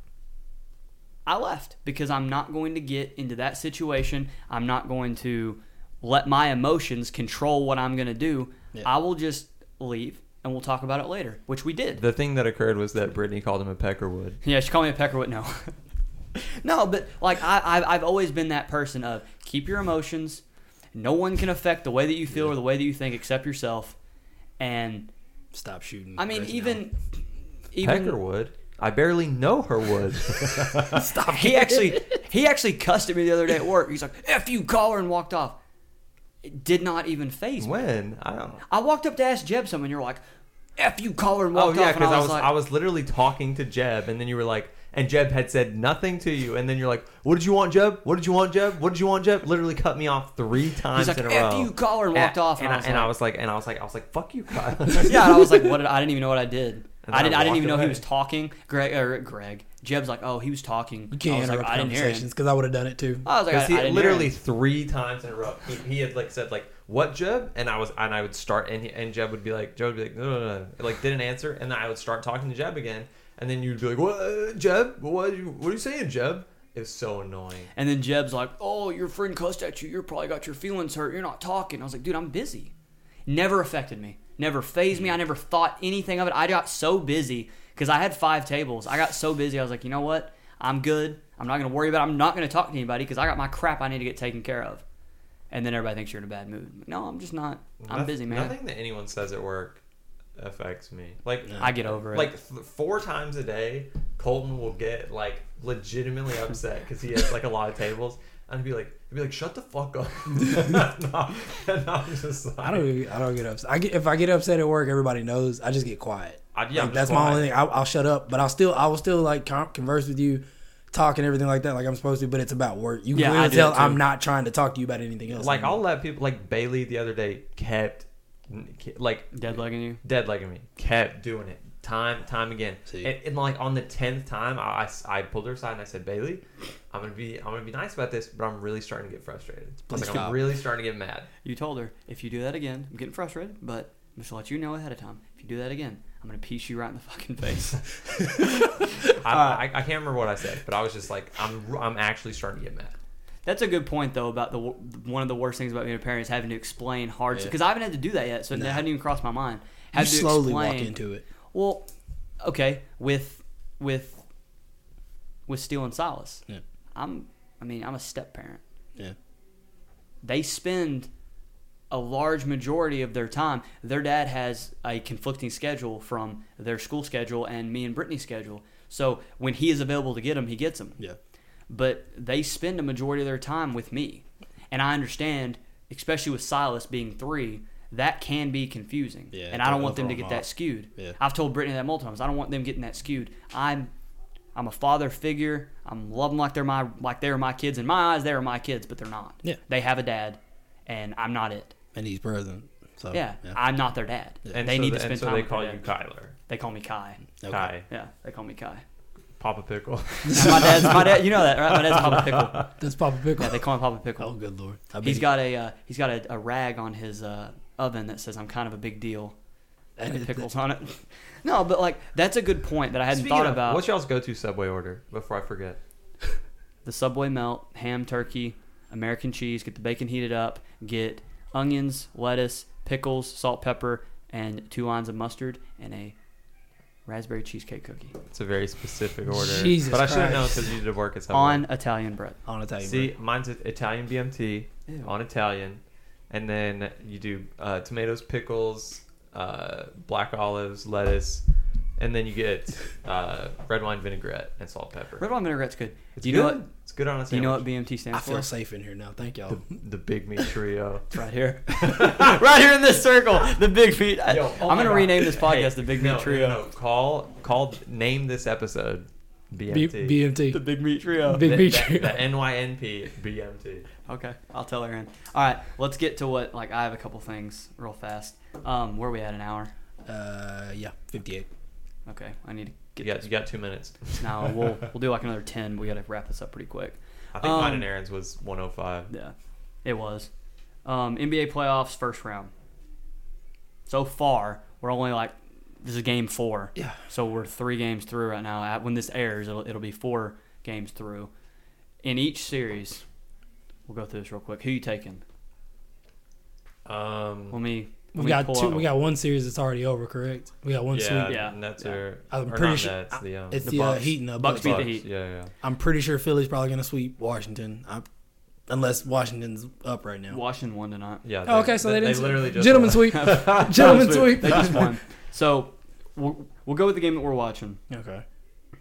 I left because I'm not going to get into that situation. I'm not going to let my emotions control what I'm going to do. Yeah. I will just leave and we'll talk about it later, which we did. The thing that occurred was that Brittany called him a peckerwood. Yeah, she called me a peckerwood. No, no, but like I, I've, I've always been that person of keep your emotions. No one can affect the way that you feel or the way that you think except yourself. And Stop shooting. I mean, Rest even even Peckerwood. I barely know her wood. stop. He actually he actually cussed at me the other day at work. He's like, "F you, caller," and walked off. It did not even phase me. when I don't. I walked up to ask Jeb something. You're like, "F you, caller," and Oh walked yeah, off. And because I was like, I was literally talking to Jeb, and then you were like, and Jeb had said nothing to you, and then you're like, what did you want, Jeb? What did you want, Jeb? What did you want, Jeb? Literally cut me off three times like, in uh, a "F row. you, caller," and walked off, And, I, and I was like, and I was like, I was like, fuck you, Kyle. yeah, and I was like, what? Did, I didn't even know what I did. And I then didn't. I I didn't even walked know he away. was talking. Greg or Greg Jeb's like, oh, he was talking. You I can't was interrupt like, I didn't hear him. conversations because I would have done it too. I was like, I, Because he I didn't literally hear him. three times in a row, he, he had like said like "What Jeb?" and I was and I would start and he, and Jeb would be like Jeb would be like no no no like didn't answer and then I would start talking to Jeb again and then you'd be like "What Jeb? What are you, what are you saying Jeb?" It's so annoying. And then Jeb's like, oh, your friend cussed at you. You're probably got your feelings hurt. You're not talking. I was like, dude, I'm busy. Never affected me. Never phased me. I never thought anything of it. I got so busy because I had five tables. I got so busy. I was like, you know what? I'm good. I'm not going to worry about it. I'm not going to talk to anybody because I got my crap I need to get taken care of. And then everybody thinks you're in a bad mood. No, I'm just not. I'm Noth- busy, man. Nothing that anyone says at work affects me. Like I get over it. Like th- four times a day, Colton will get like legitimately upset because he has like a lot of tables, and he'd be like, he'd be like, "Shut the fuck up!" and, I'm just like, I don't. even- I don't get upset. I get if I get upset at work, everybody knows. I just get quiet. I- yeah, I'm Like, just that's my quiet. only thing. I, I'll shut up, but I'll still. I will still like con- converse with you, talk and everything like that, like I'm supposed to. But it's about work. You Yeah, can I clearly do tell that too. I'm not trying to talk to you about anything else. like anymore. I'll let people like Bailey the other day kept like Dead legging you. dead legging me kept doing it time time again See. and, and like on the 10th time I, I, I pulled her aside and I said Bailey I'm gonna be I'm gonna be nice about this but I'm really starting to get frustrated I was like, I'm stop. really starting to get mad You told her, if you do that again, I'm getting frustrated, but I'm just gonna let you know ahead of time. If you do that again, I'm gonna piece you right in the fucking face. I, I, I can't remember what I said but I was just like I'm I'm actually starting to get mad That's a good point though about the wo- one of the worst things about being a parent is having to explain hard because I haven't had to do that yet, so it Nah. hadn't even crossed my mind. you Have to slowly walk explain- into it. Well, okay, with with with Steel and Solace, Yeah. I'm I mean I'm a step parent. Yeah. they spend a large majority of their time. Their dad has a conflicting schedule from their school schedule and me and Brittany's schedule. So when he is available to get them, he gets them. Yeah. But they spend a majority of their time with me. And I understand, especially with Silas being three, that can be confusing. Yeah, and I don't want them to overall get that model. skewed. Yeah. I've told Brittany that multiple times. I don't want them getting that skewed. I'm I'm a father figure. I'm loving like they're my like they're my kids in my eyes. They are my kids, but they're not. Yeah. They have a dad, and I'm not it. And he's present. So Oh, Yeah, I'm not their dad. and they so need the- to spend and so time. they with call their you dad. Kyler They call me Kai. Okay. Kai Yeah, they call me Kai. Papa Pickle Now, my dad's my dad. You know that, right? My dad's Papa Pickle. That's Papa Pickle. Yeah, they call him Papa Pickle. Oh good lord. I He's got a uh, he's got a, a rag on his uh, oven that says I'm kind of a big deal, and it pickles on it. no, but like that's a good point that I hadn't Speaking thought of, about. what's y'all's go to Subway order before I forget the Subway melt, ham, turkey, American cheese. Get the bacon heated up. Get onions, lettuce, pickles, salt, pepper, and two lines of mustard and a raspberry cheesecake cookie it's a very specific order Jesus but I should have known Christ. because you did work at Subway on Italian bread. on a table. See, mine's a- Italian BMT Ew. on Italian, and then you do uh, tomatoes, pickles, uh, black olives, lettuce, and then you get uh, red wine vinaigrette and salt pepper. Red wine vinaigrette's good. It's Do you good. know what? It's good on a sandwich. Do you know what BMT stands I for? feel safe in here now. Thank y'all. the big meat trio. right here, right here in this circle, the big feet. I, Yo, oh I'm my gonna God. rename this podcast Hey, the Big no, Meat Trio. No, no, call call name this episode B- BMT. The BMT. Big Meat Trio. The- Big Meat the- Trio. The NYNP BMT. okay, I'll tell her. In. All right, let's get to what. Like, I have a couple things real fast. Um, where are we at an hour? Uh, yeah, fifty-eight. Okay, I need to You get. got you got two minutes. this. Now we'll we'll do like another ten. We gotta wrap this up pretty quick. I think mine Um, and Aaron's was 105. Yeah, it was. Um, NBA playoffs first round. So far, we're only like this is game four. Yeah. So we're three games through right now. At- When this airs, it'll, it'll be four games through. In each series, we'll go through this real quick. Who you taking? Um, Let me. Let We me got pull two. up We got one series that's already over. Correct. We got one yeah, sweep. Yeah. Nets Yeah. are. I'm or pretty not sure- Nets, the, um, It's the Oh, the, uh, Bucks. Heat and the Bucks Bucks. beat the Bucks, Heat. Yeah, yeah. I'm pretty sure Philly's probably gonna sweep Washington. I'm, unless Washington's up right now. Washington one tonight. Yeah. Oh, okay, so they, didn't. literally just gentlemen won. sweep. gentlemen sweep. They just won. So we'll, we'll go with the game that we're watching. Okay.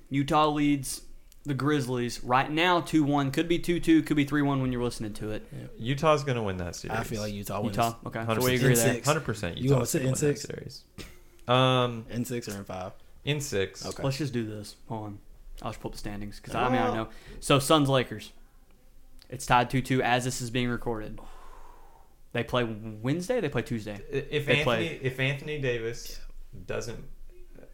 Utah leads the Grizzlies right now 2 1. Could be 2 2, could be 3 1 when you're listening to it. Utah's gonna win that series. I feel like Utah wins. Utah. Okay. So 100%. we agree In there. six. Hundred percent. You gonna sit in six? That series. Um, In six or in five. in six. Okay. Let's just do this. Hold on. I'll just pull up the standings because I mean I know. So Suns Lakers. It's tied two two as this is being recorded. They play Wednesday. They play Tuesday. I- If They Anthony, play- if Anthony Davis doesn't,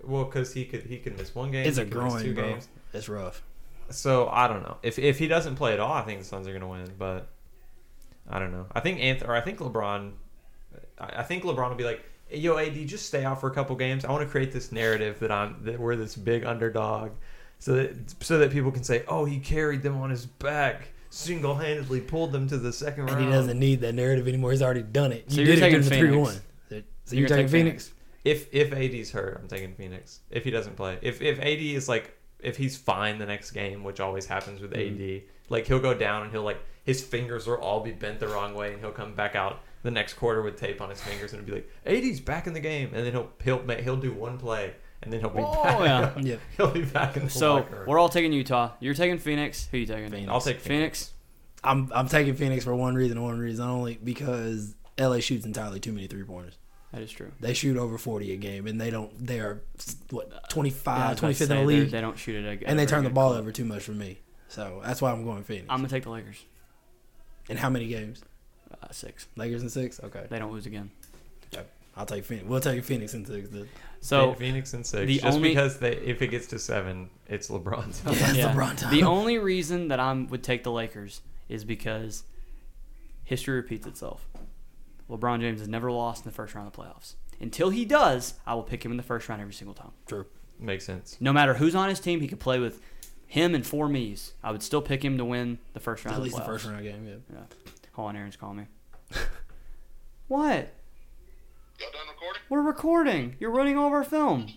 well, because he could he could miss one game. It's he a could miss groin, two bro. games. That's rough. So I don't know. If if he doesn't play at all, I think the Suns are going to win. But I don't know. I think Anth or I think LeBron. I I think LeBron will be like, "Yo, AD, just stay out for a couple games. I want to create this narrative that I'm that we're this big underdog, so that so that people can say, oh, he carried them on his back, single handedly pulled them to the second And round.' he doesn't need that narrative anymore. He's already done it. So you you're did taking it Phoenix. three one. So you're, gonna take taking Phoenix. If if AD's hurt, I'm taking Phoenix. If he doesn't play, if if AD is like if he's fine the next game, which always happens with Mm-hmm. AD, like he'll go down and he'll like his fingers will all be bent the wrong way, and he'll come back out the next quarter with tape on his fingers and it'll be like AD's back in the game, and then he'll he'll ma- he'll do one play and then he'll be Oh, back. yeah. Yeah. He'll be back in the So locker room. we're all taking Utah. You're taking Phoenix. Who you taking? Phoenix. I'll take Phoenix. I'm I'm taking Phoenix for one reason, and one reason only because LA shoots entirely too many three pointers. That is true. They shoot over 40 a game, and they don't. They are what 25, Yeah, I was about to 25th Uh, in say, the they're- league, They don't shoot it. At a- and they at a turn the very ball good clip. over too much for me. So that's why I'm going Phoenix. I'm gonna take the Lakers. and how many games? Uh, six. Lakers in six. Okay, They don't lose again. I'll take Phoenix. We'll take Phoenix in six. then. So Phoenix and six, the just only- because they if it gets to seven, it's LeBron's. That's Yeah. LeBron time. The only reason that I would take the Lakers is because history repeats itself. LeBron James has never lost in the first round of the playoffs. Until he does, I will pick him in the first round every single time. Makes sense. No matter who's on his team, he could play with him and four me's. I would still pick him to win the first round. At of least the, the playoffs. first round game. Yeah. Hold on, Aaron's calling me. what? Y'all done recording? We're recording. You're running over our film.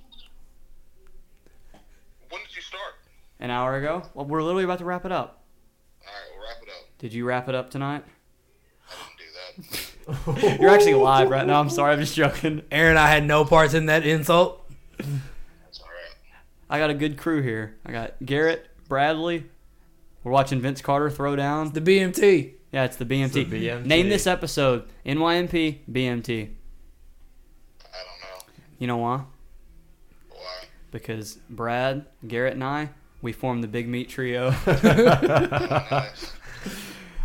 When did you start? An hour ago. Well, we're literally about to wrap it up. All right, we'll wrap it up. Did you wrap it up tonight? I didn't do that. You're actually live right now. I'm sorry. I'm just joking. Aaron, I had no parts in that insult. That's all right. I got a good crew here. I got Garrett, Bradley. We're watching Vince Carter throw down. The BMT. Yeah, it's the BMT. It's the BMT. Name this episode NYMP BMT. I don't know You know why? why. Because Brad, Garrett, and I, we formed the Big Meat Trio. Nice.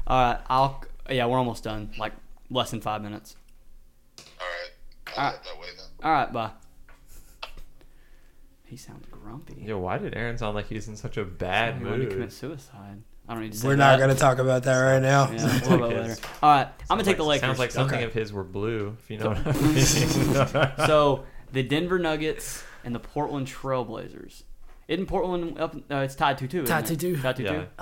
All right, Uh, I'll. Yeah, we're almost done. Like less than five minutes. All right. Ah. I'll let that way then. All right, bye. He sounds grumpy. Yo, why did Aaron sound like he's in such a bad He wanted to commit mood? suicide. I don't need to say We're not that. gonna talk about that right now. Yeah, we'll talk about it Yes. later. All right, I'm gonna take the Like- Lakers. Sounds like something Okay. of his were blue, if you know what I mean. so the Denver Nuggets and the Portland Trailblazers. Isn't Portland up? Uh, it's tied two two. Tied 2-2. Tied two yeah. two.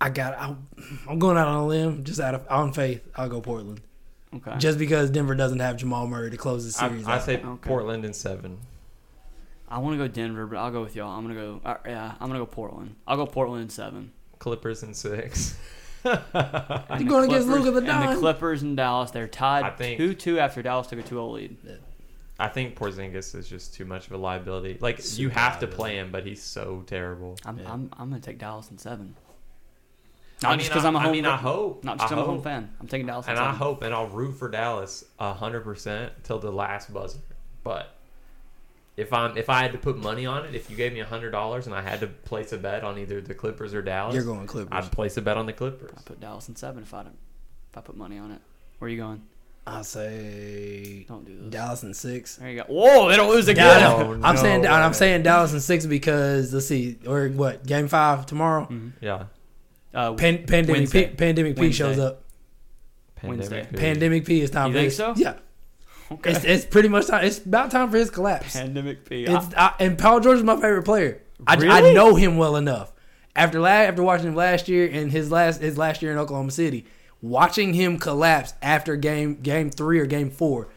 I got. I'm, I'm going out on a limb, just out of on faith. I'll go Portland, Okay. just because Denver doesn't have Jamal Murray to close the I, series. I out. say Okay. Portland in seven. I want to go Denver, but I'll go with y'all. I'm gonna go. Uh, yeah, I'm gonna go Portland. I'll go Portland in seven. Clippers in six. And You're the going against Clippers- Luka the And the Don. Clippers and Dallas, they're I tied think- two two after Dallas took a 2-0 lead. I think Porzingis is just too much of a liability. Like you have to play him, but he's so terrible. I'm, Yeah. I'm, I'm gonna take Dallas in seven. I Not mean, just because I- I'm a I home. mean, I hope. Not I just because I'm a home hope. fan. I'm taking Dallas. And in I seven. hope, and I'll root for Dallas hundred percent till the last buzzer. But if I'm if I had to put money on it, if you gave me hundred dollars and I had to place a bet on either the Clippers or Dallas, You're going Clippers. I'd place a bet on the Clippers. I put Dallas in seven if I don't- if I put money on it. Where are you going? I'll say Don't do this. Dallas and six. There you go. Whoa, they don't lose again. Yeah, I know. no I'm saying way. I'm saying Dallas and six because let's see, or what game five tomorrow? Yeah. Uh, Pan, pandemic Mm-hmm. Wednesday. P, pandemic P shows Wednesday. up. Pandemic Wednesday. period. Pandemic P is time. You for think his- so? Yeah, okay. it's it's pretty much time. It's about time for his collapse. Pandemic P. I- It's, I, and Paul George is my favorite player. I, I Really? know him well enough. After la- after watching him last year and his last his last year in Oklahoma City, watching him collapse after game game three or game four,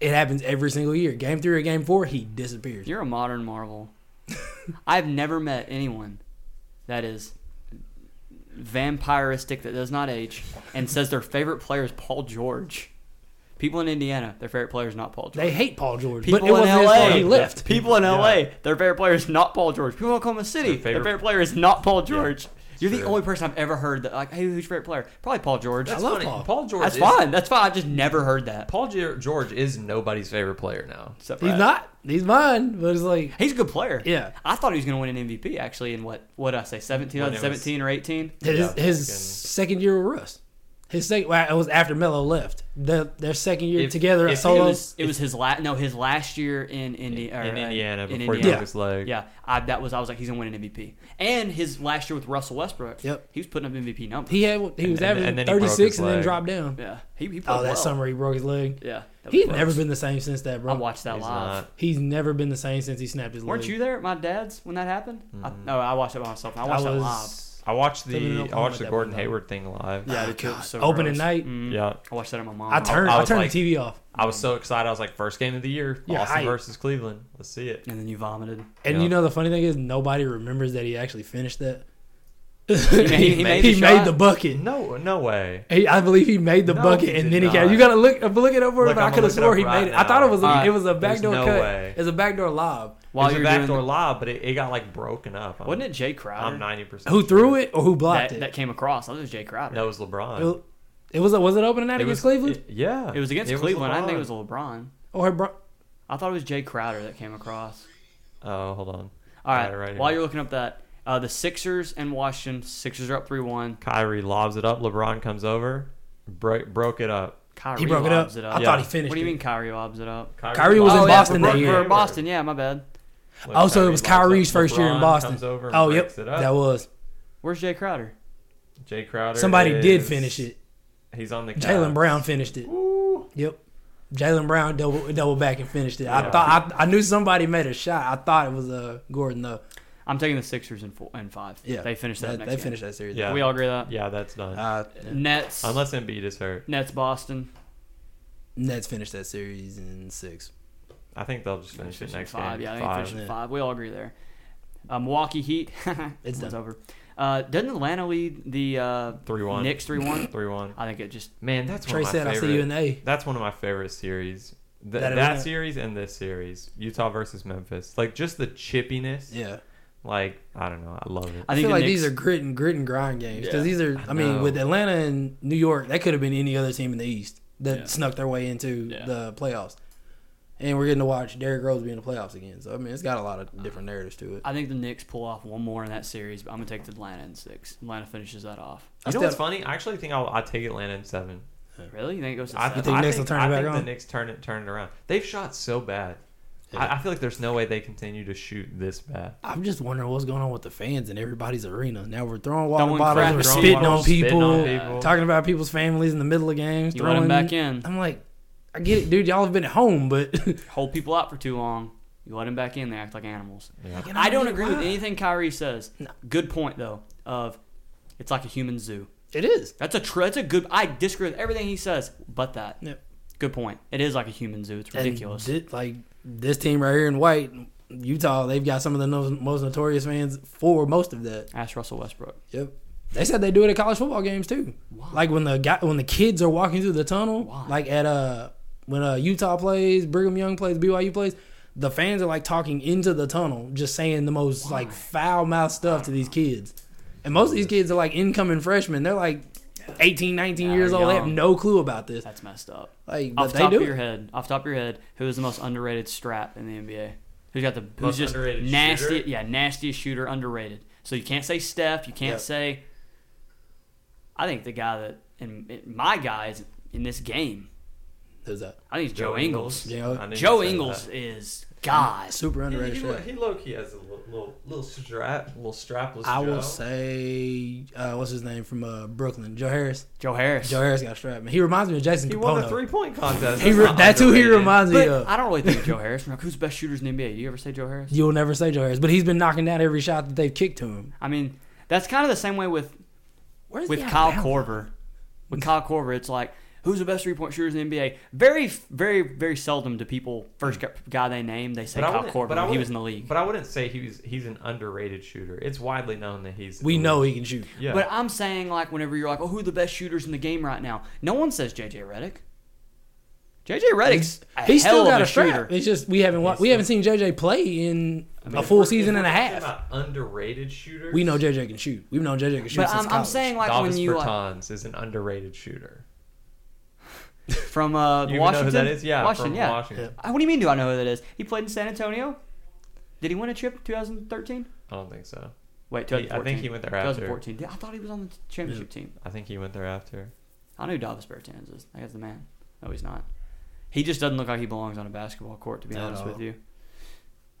it happens every single year. Game three or game four, he disappears. You're a modern marvel. I've never met anyone that is vampiristic that does not age and says their favorite player is Paul George. People in Indiana, their favorite player is not Paul George. They hate Paul George, People but it wasn't in his LA, fault. He left. People in LA, their favorite player is not Paul George. People in Oklahoma City, their Their favorite, favorite- player is not Paul George. You're the true. only person I've ever heard that like, hey, who's your favorite player? Probably Paul George. That's I love funny. Paul. George. That's is- fine. That's fine. I've just never heard that. Paul Ge- George is nobody's favorite player now. Except He's Brad. not. He's mine, but it's like He's a good player. Yeah. I thought he was going to win an MVP actually in what what did I say 17, When it was- 17 or 18. his, Yeah, his fucking- second year with Russ. His second, well, it was after Melo left. The, their second year If- together if at he It Solo. was, it was his last. No, his last year in Indiana. in Indiana in before he Indiana. broke his leg. Yeah, I, that was I was like he's gonna win an MVP. And his last year with Russell Westbrook, Yep. he was putting up MVP numbers. he had he was and- averaging and then he broke 36 his and then leg. dropped down. yeah, he, he played Oh, that well. summer he broke his leg. Yeah, that He's was never gross. been the same since that, I bro. watched that He's live. not. He's never been the same since he snapped his Weren't leg. you there at my dad's when that happened? I, Mm-hmm. no, I watched it by myself. I watched I watched Living in the I Oklahoma watched the at that Gordon one time. Hayward thing live. that live. Yeah, Oh, the kid God. was so Opening gross. night? Mhm. Yeah. I watched that at my mom. I turned I I, was turned like- the TV off. I was so excited. I was like, first game of the year, You're Austin hyped. versus Cleveland. Let's see it. and then you vomited. And Yeah. you know the funny thing is nobody remembers that he actually finished that. he made he made, the shot? the bucket. No, no way. He, I believe he made the No, bucket he and did then he not. came. You gotta look look it up for Look, him. I I'ma could look have it swore up he right made it. now. I thought it was a, Alright. it was a backdoor no cut. way. It's a backdoor lob. While it While was you're a backdoor doing, lob, but it, it got like broken up. I'm, wasn't it Jay Crowder? I'm ninety percent. Who threw it or who blocked that, it? that came across. I thought it was Jay Crowder. No, it was LeBron. it? It was was it opening night It against was Cleveland it- yeah, it was against was Cleveland. I didn't think LeBron. it was LeBron. or Bron- I thought it was Jay Crowder that came across. Oh, hold on. All right. Got it right while here. you're looking up that, uh, the Sixers and Washington. Sixers are up three one. Kyrie lobs it up. LeBron comes over, broke broke it up. Kyrie he broke it up. lobs I Yeah. thought he finished. What do you it. mean Kyrie lobs it up? Oh, Kyrie was in yeah, Boston for, that year. For Boston, yeah, my bad. Look, Oh, so it Kyrie was lobs up. Kyrie's first year in LeBron Boston. comes over and Oh, yep, breaks it up. that was Where's Jay Crowder? Jay Crowder. somebody did is- finish it. He's on the Jalen Cavs. Brown finished it. Yep. Jalen Brown double double back and finished it. Yeah. I thought I, I knew somebody made a shot. I thought it was uh, Gordon though. I'm taking the Sixers in four and five. Yeah, they finished that. They, next they game. finished that series. Yeah. We all agree with that. Yeah, that's done. Uh, Nets. Unless Embiid is hurt, Nets Boston. Nets finished that series in six. I think they'll just finish it Finished in next five. game. Yeah, I think five. finished in Yeah. five. We all agree there. Uh, Milwaukee Heat. It's One's done. over. Uh, doesn't Atlanta lead the uh, 3-1. Knicks three one? Three one. I think it just Man, that's Trey one of my said, "I favorite. see you in the A." That's one of my favorite series. Th- That that is it. series and this series, Utah versus Memphis. Like just the chippiness. Yeah, Like I don't know, I love it. I I, think feel the like Knicks, these are grit and grit and grind games because these are. I, I mean, know. with Atlanta and New York, that could have been any other team in the East that Yeah. snuck their way into Yeah. the playoffs. And we're getting to watch Derrick Rose be in the playoffs again. So I mean, it's got a lot of different narratives to it. I think the Knicks pull off one more in that series, but I'm gonna take the Atlanta in six. Atlanta finishes that off. you know still- what's funny? I actually think I'll, I take Atlanta in seven. Really? You think it goes to I, seven? I Knicks will turn it I back think on? the Knicks turn it turn it around. They've shot so bad. I, I feel like there's no way they continue to shoot this bad. I'm just wondering what's going on with the fans in everybody's arena. Now we're throwing water Throwing bottles, crap, we're throwing spitting bottles, on people, spitting on people. talking about people's families in the middle of games. You let throwing 'em back in. I'm like, I get it, dude. Y'all have been at home, but Hold people out for too long. You let them back in, they act like animals. I don't agree with anything Kyrie says. Good point though. Of it's like a human zoo. it is. That's a tr- that's a good. I disagree with everything he says, but that. Yep. Good point. It is like a human zoo. It's And ridiculous. thi- like this team right here in white, Utah, they've got some of the no- most notorious fans for most of that. Ask Russell Westbrook. Yep. They said they do it at college football games too. Like when the guy, when the kids are walking through the tunnel, Why? like at uh when uh Utah plays, Brigham Young plays, BYU plays, the fans are like talking into the tunnel, just saying the most like foul mouth stuff to these kids. And most of these kids are like incoming freshmen. They're like 18, 19 Yeah, years old. They have young. no clue about this. That's messed up. Like, but Off they top do. of your it. head, off top of your head, who is the most underrated strap in the NBA? Who's got the who's Most just underrated nasty? shooter? Yeah, nastiest shooter, underrated. So you can't say Steph. You can't Yep. say. I think the guy that and and my guys in this game, Who's that? I think it's Joe, Ingles. Yeah. Joe I knew you'd Joe say Ingles that. is God. Super He, underrated. he, shot. lo- he low key has a little little, little strap, little strapless. I Joe. will say, uh, what's his name from uh, Brooklyn? Joe Harris. Joe Harris. Joe Harris got strapped. Man. He reminds me of Jason he won the Capono. three point contest. He re- not that's who he underrated. reminds me But of. I don't really think of Joe Harris. Like, who's the best shooters in the NBA? Do you ever say Joe Harris? You'll never say Joe Harris, but he's been knocking down every shot that they've kicked to him. I mean, that's kind of the same way with Where's with Kyle Corver. With Kyle Corver, it's like who's the best three point shooters in the NBA? Very, very, very seldom do people first gu- guy they name they say But I Kyle wouldn't- Corver but I when he was wouldn't- in the league. But, But I wouldn't say he's he's an underrated shooter. It's widely known that he's. We know he can shoot. Yeah. I'm saying like whenever you're like, oh, who are the best shooters in the game right now? No one says JJ Redick. JJ Redick's a He's hell still of got a, a strap. shooter. It's just we haven't wa- we haven't seen JJ play in a If full we're- season if and a we're talking half. about Underrated shooters. We know JJ can shoot. We've known JJ can shoot But since I'm, I'm college. saying like Davis when you uh, like, Bertans is an underrated shooter. from uh, You even know Washington, who that is? Yeah, Washington, from yeah. Washington. Uh, What do you mean? Do I know who that is? He played in San Antonio. Did he win a chip 2013? I don't think so. Wait, He- I 2014. think he went there after. 2014. I thought he was on the championship team. I think he went there after. I I know who Davis Bertans is. That guy's the man. No, he's not. He just doesn't look like he belongs on a basketball court, to be At honest with all. you.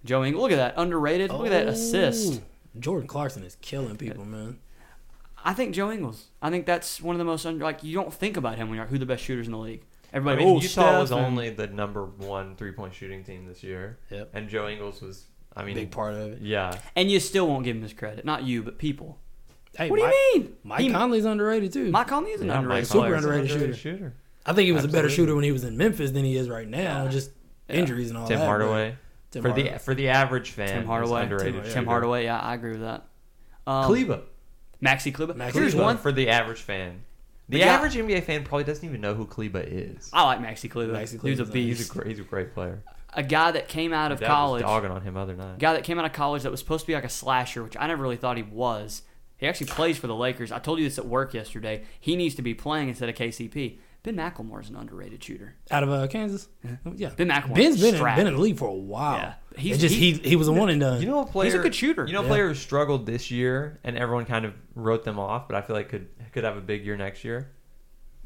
Joe Ingles, look at that. Underrated. Look at that assist. Oh, Jordan Clarkson is killing people, man. I think Joe Ingles. I think that's one of the most, under, like, you don't think about him when you're like, who the best shooters in the league. I Everybody, mean, oh, Utah Steph was and- only the number one three point shooting team this year. Yep. And Joe Ingles was, I mean, Big part of it. Yeah. And you still won't give him his credit. Not you, but people. Hey, what do Mike, you mean? Mike He- Conley's underrated too. Mike Conley is an Yeah, underrated Mike Super player. Conley's an underrated shooter. I think he was a better Absolutely. shooter when he was in Memphis than he is right now. Just Yeah. injuries and all Tim that. but- Hardaway. Tim for Hardaway. the for the average fan, Tim he's Hardaway. underrated Tim, shooter. Tim Hardaway. Yeah, I agree with that. Um, Kleba. Maxi Kleba. Maxi Here's Kleba. one. for the average fan. The But yeah. average NBA fan probably doesn't even know who Kleba is. I like Maxi Kleba. Maxi he was a Kleba's nice. beast. He's a great, he's a great player. a guy that came out of Dad college, was dogging on him other night. guy that came out of college that was supposed to be like a slasher, which I never really thought he was. He actually plays for the Lakers. I told you this at work yesterday. He needs to be playing instead of KCP. Ben McLemore's an underrated shooter. out of uh, Kansas. Yeah, Ben McElroy Ben's been in, strapped. been in the league for a while. Yeah. He's- He's just he- he, he was a one and done. You know a player. He's a good shooter. You know a Yeah. player who struggled this year and everyone kind of wrote them off, but I feel like could could have a big year next year.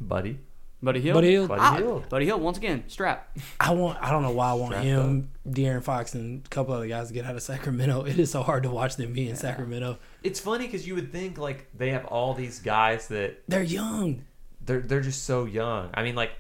Buddy, Buddy Hill. Buddy Hill. Buddy Ah, Hill. Buddy Hill, once again, strap. I want. I don't know why I want Strap him, De'Aaron Fox, and a couple other guys to get out of Sacramento. It is so hard to watch them be in Sacramento. It's funny because you would think like they have all these guys that They're young. they're they're just so young. I mean, like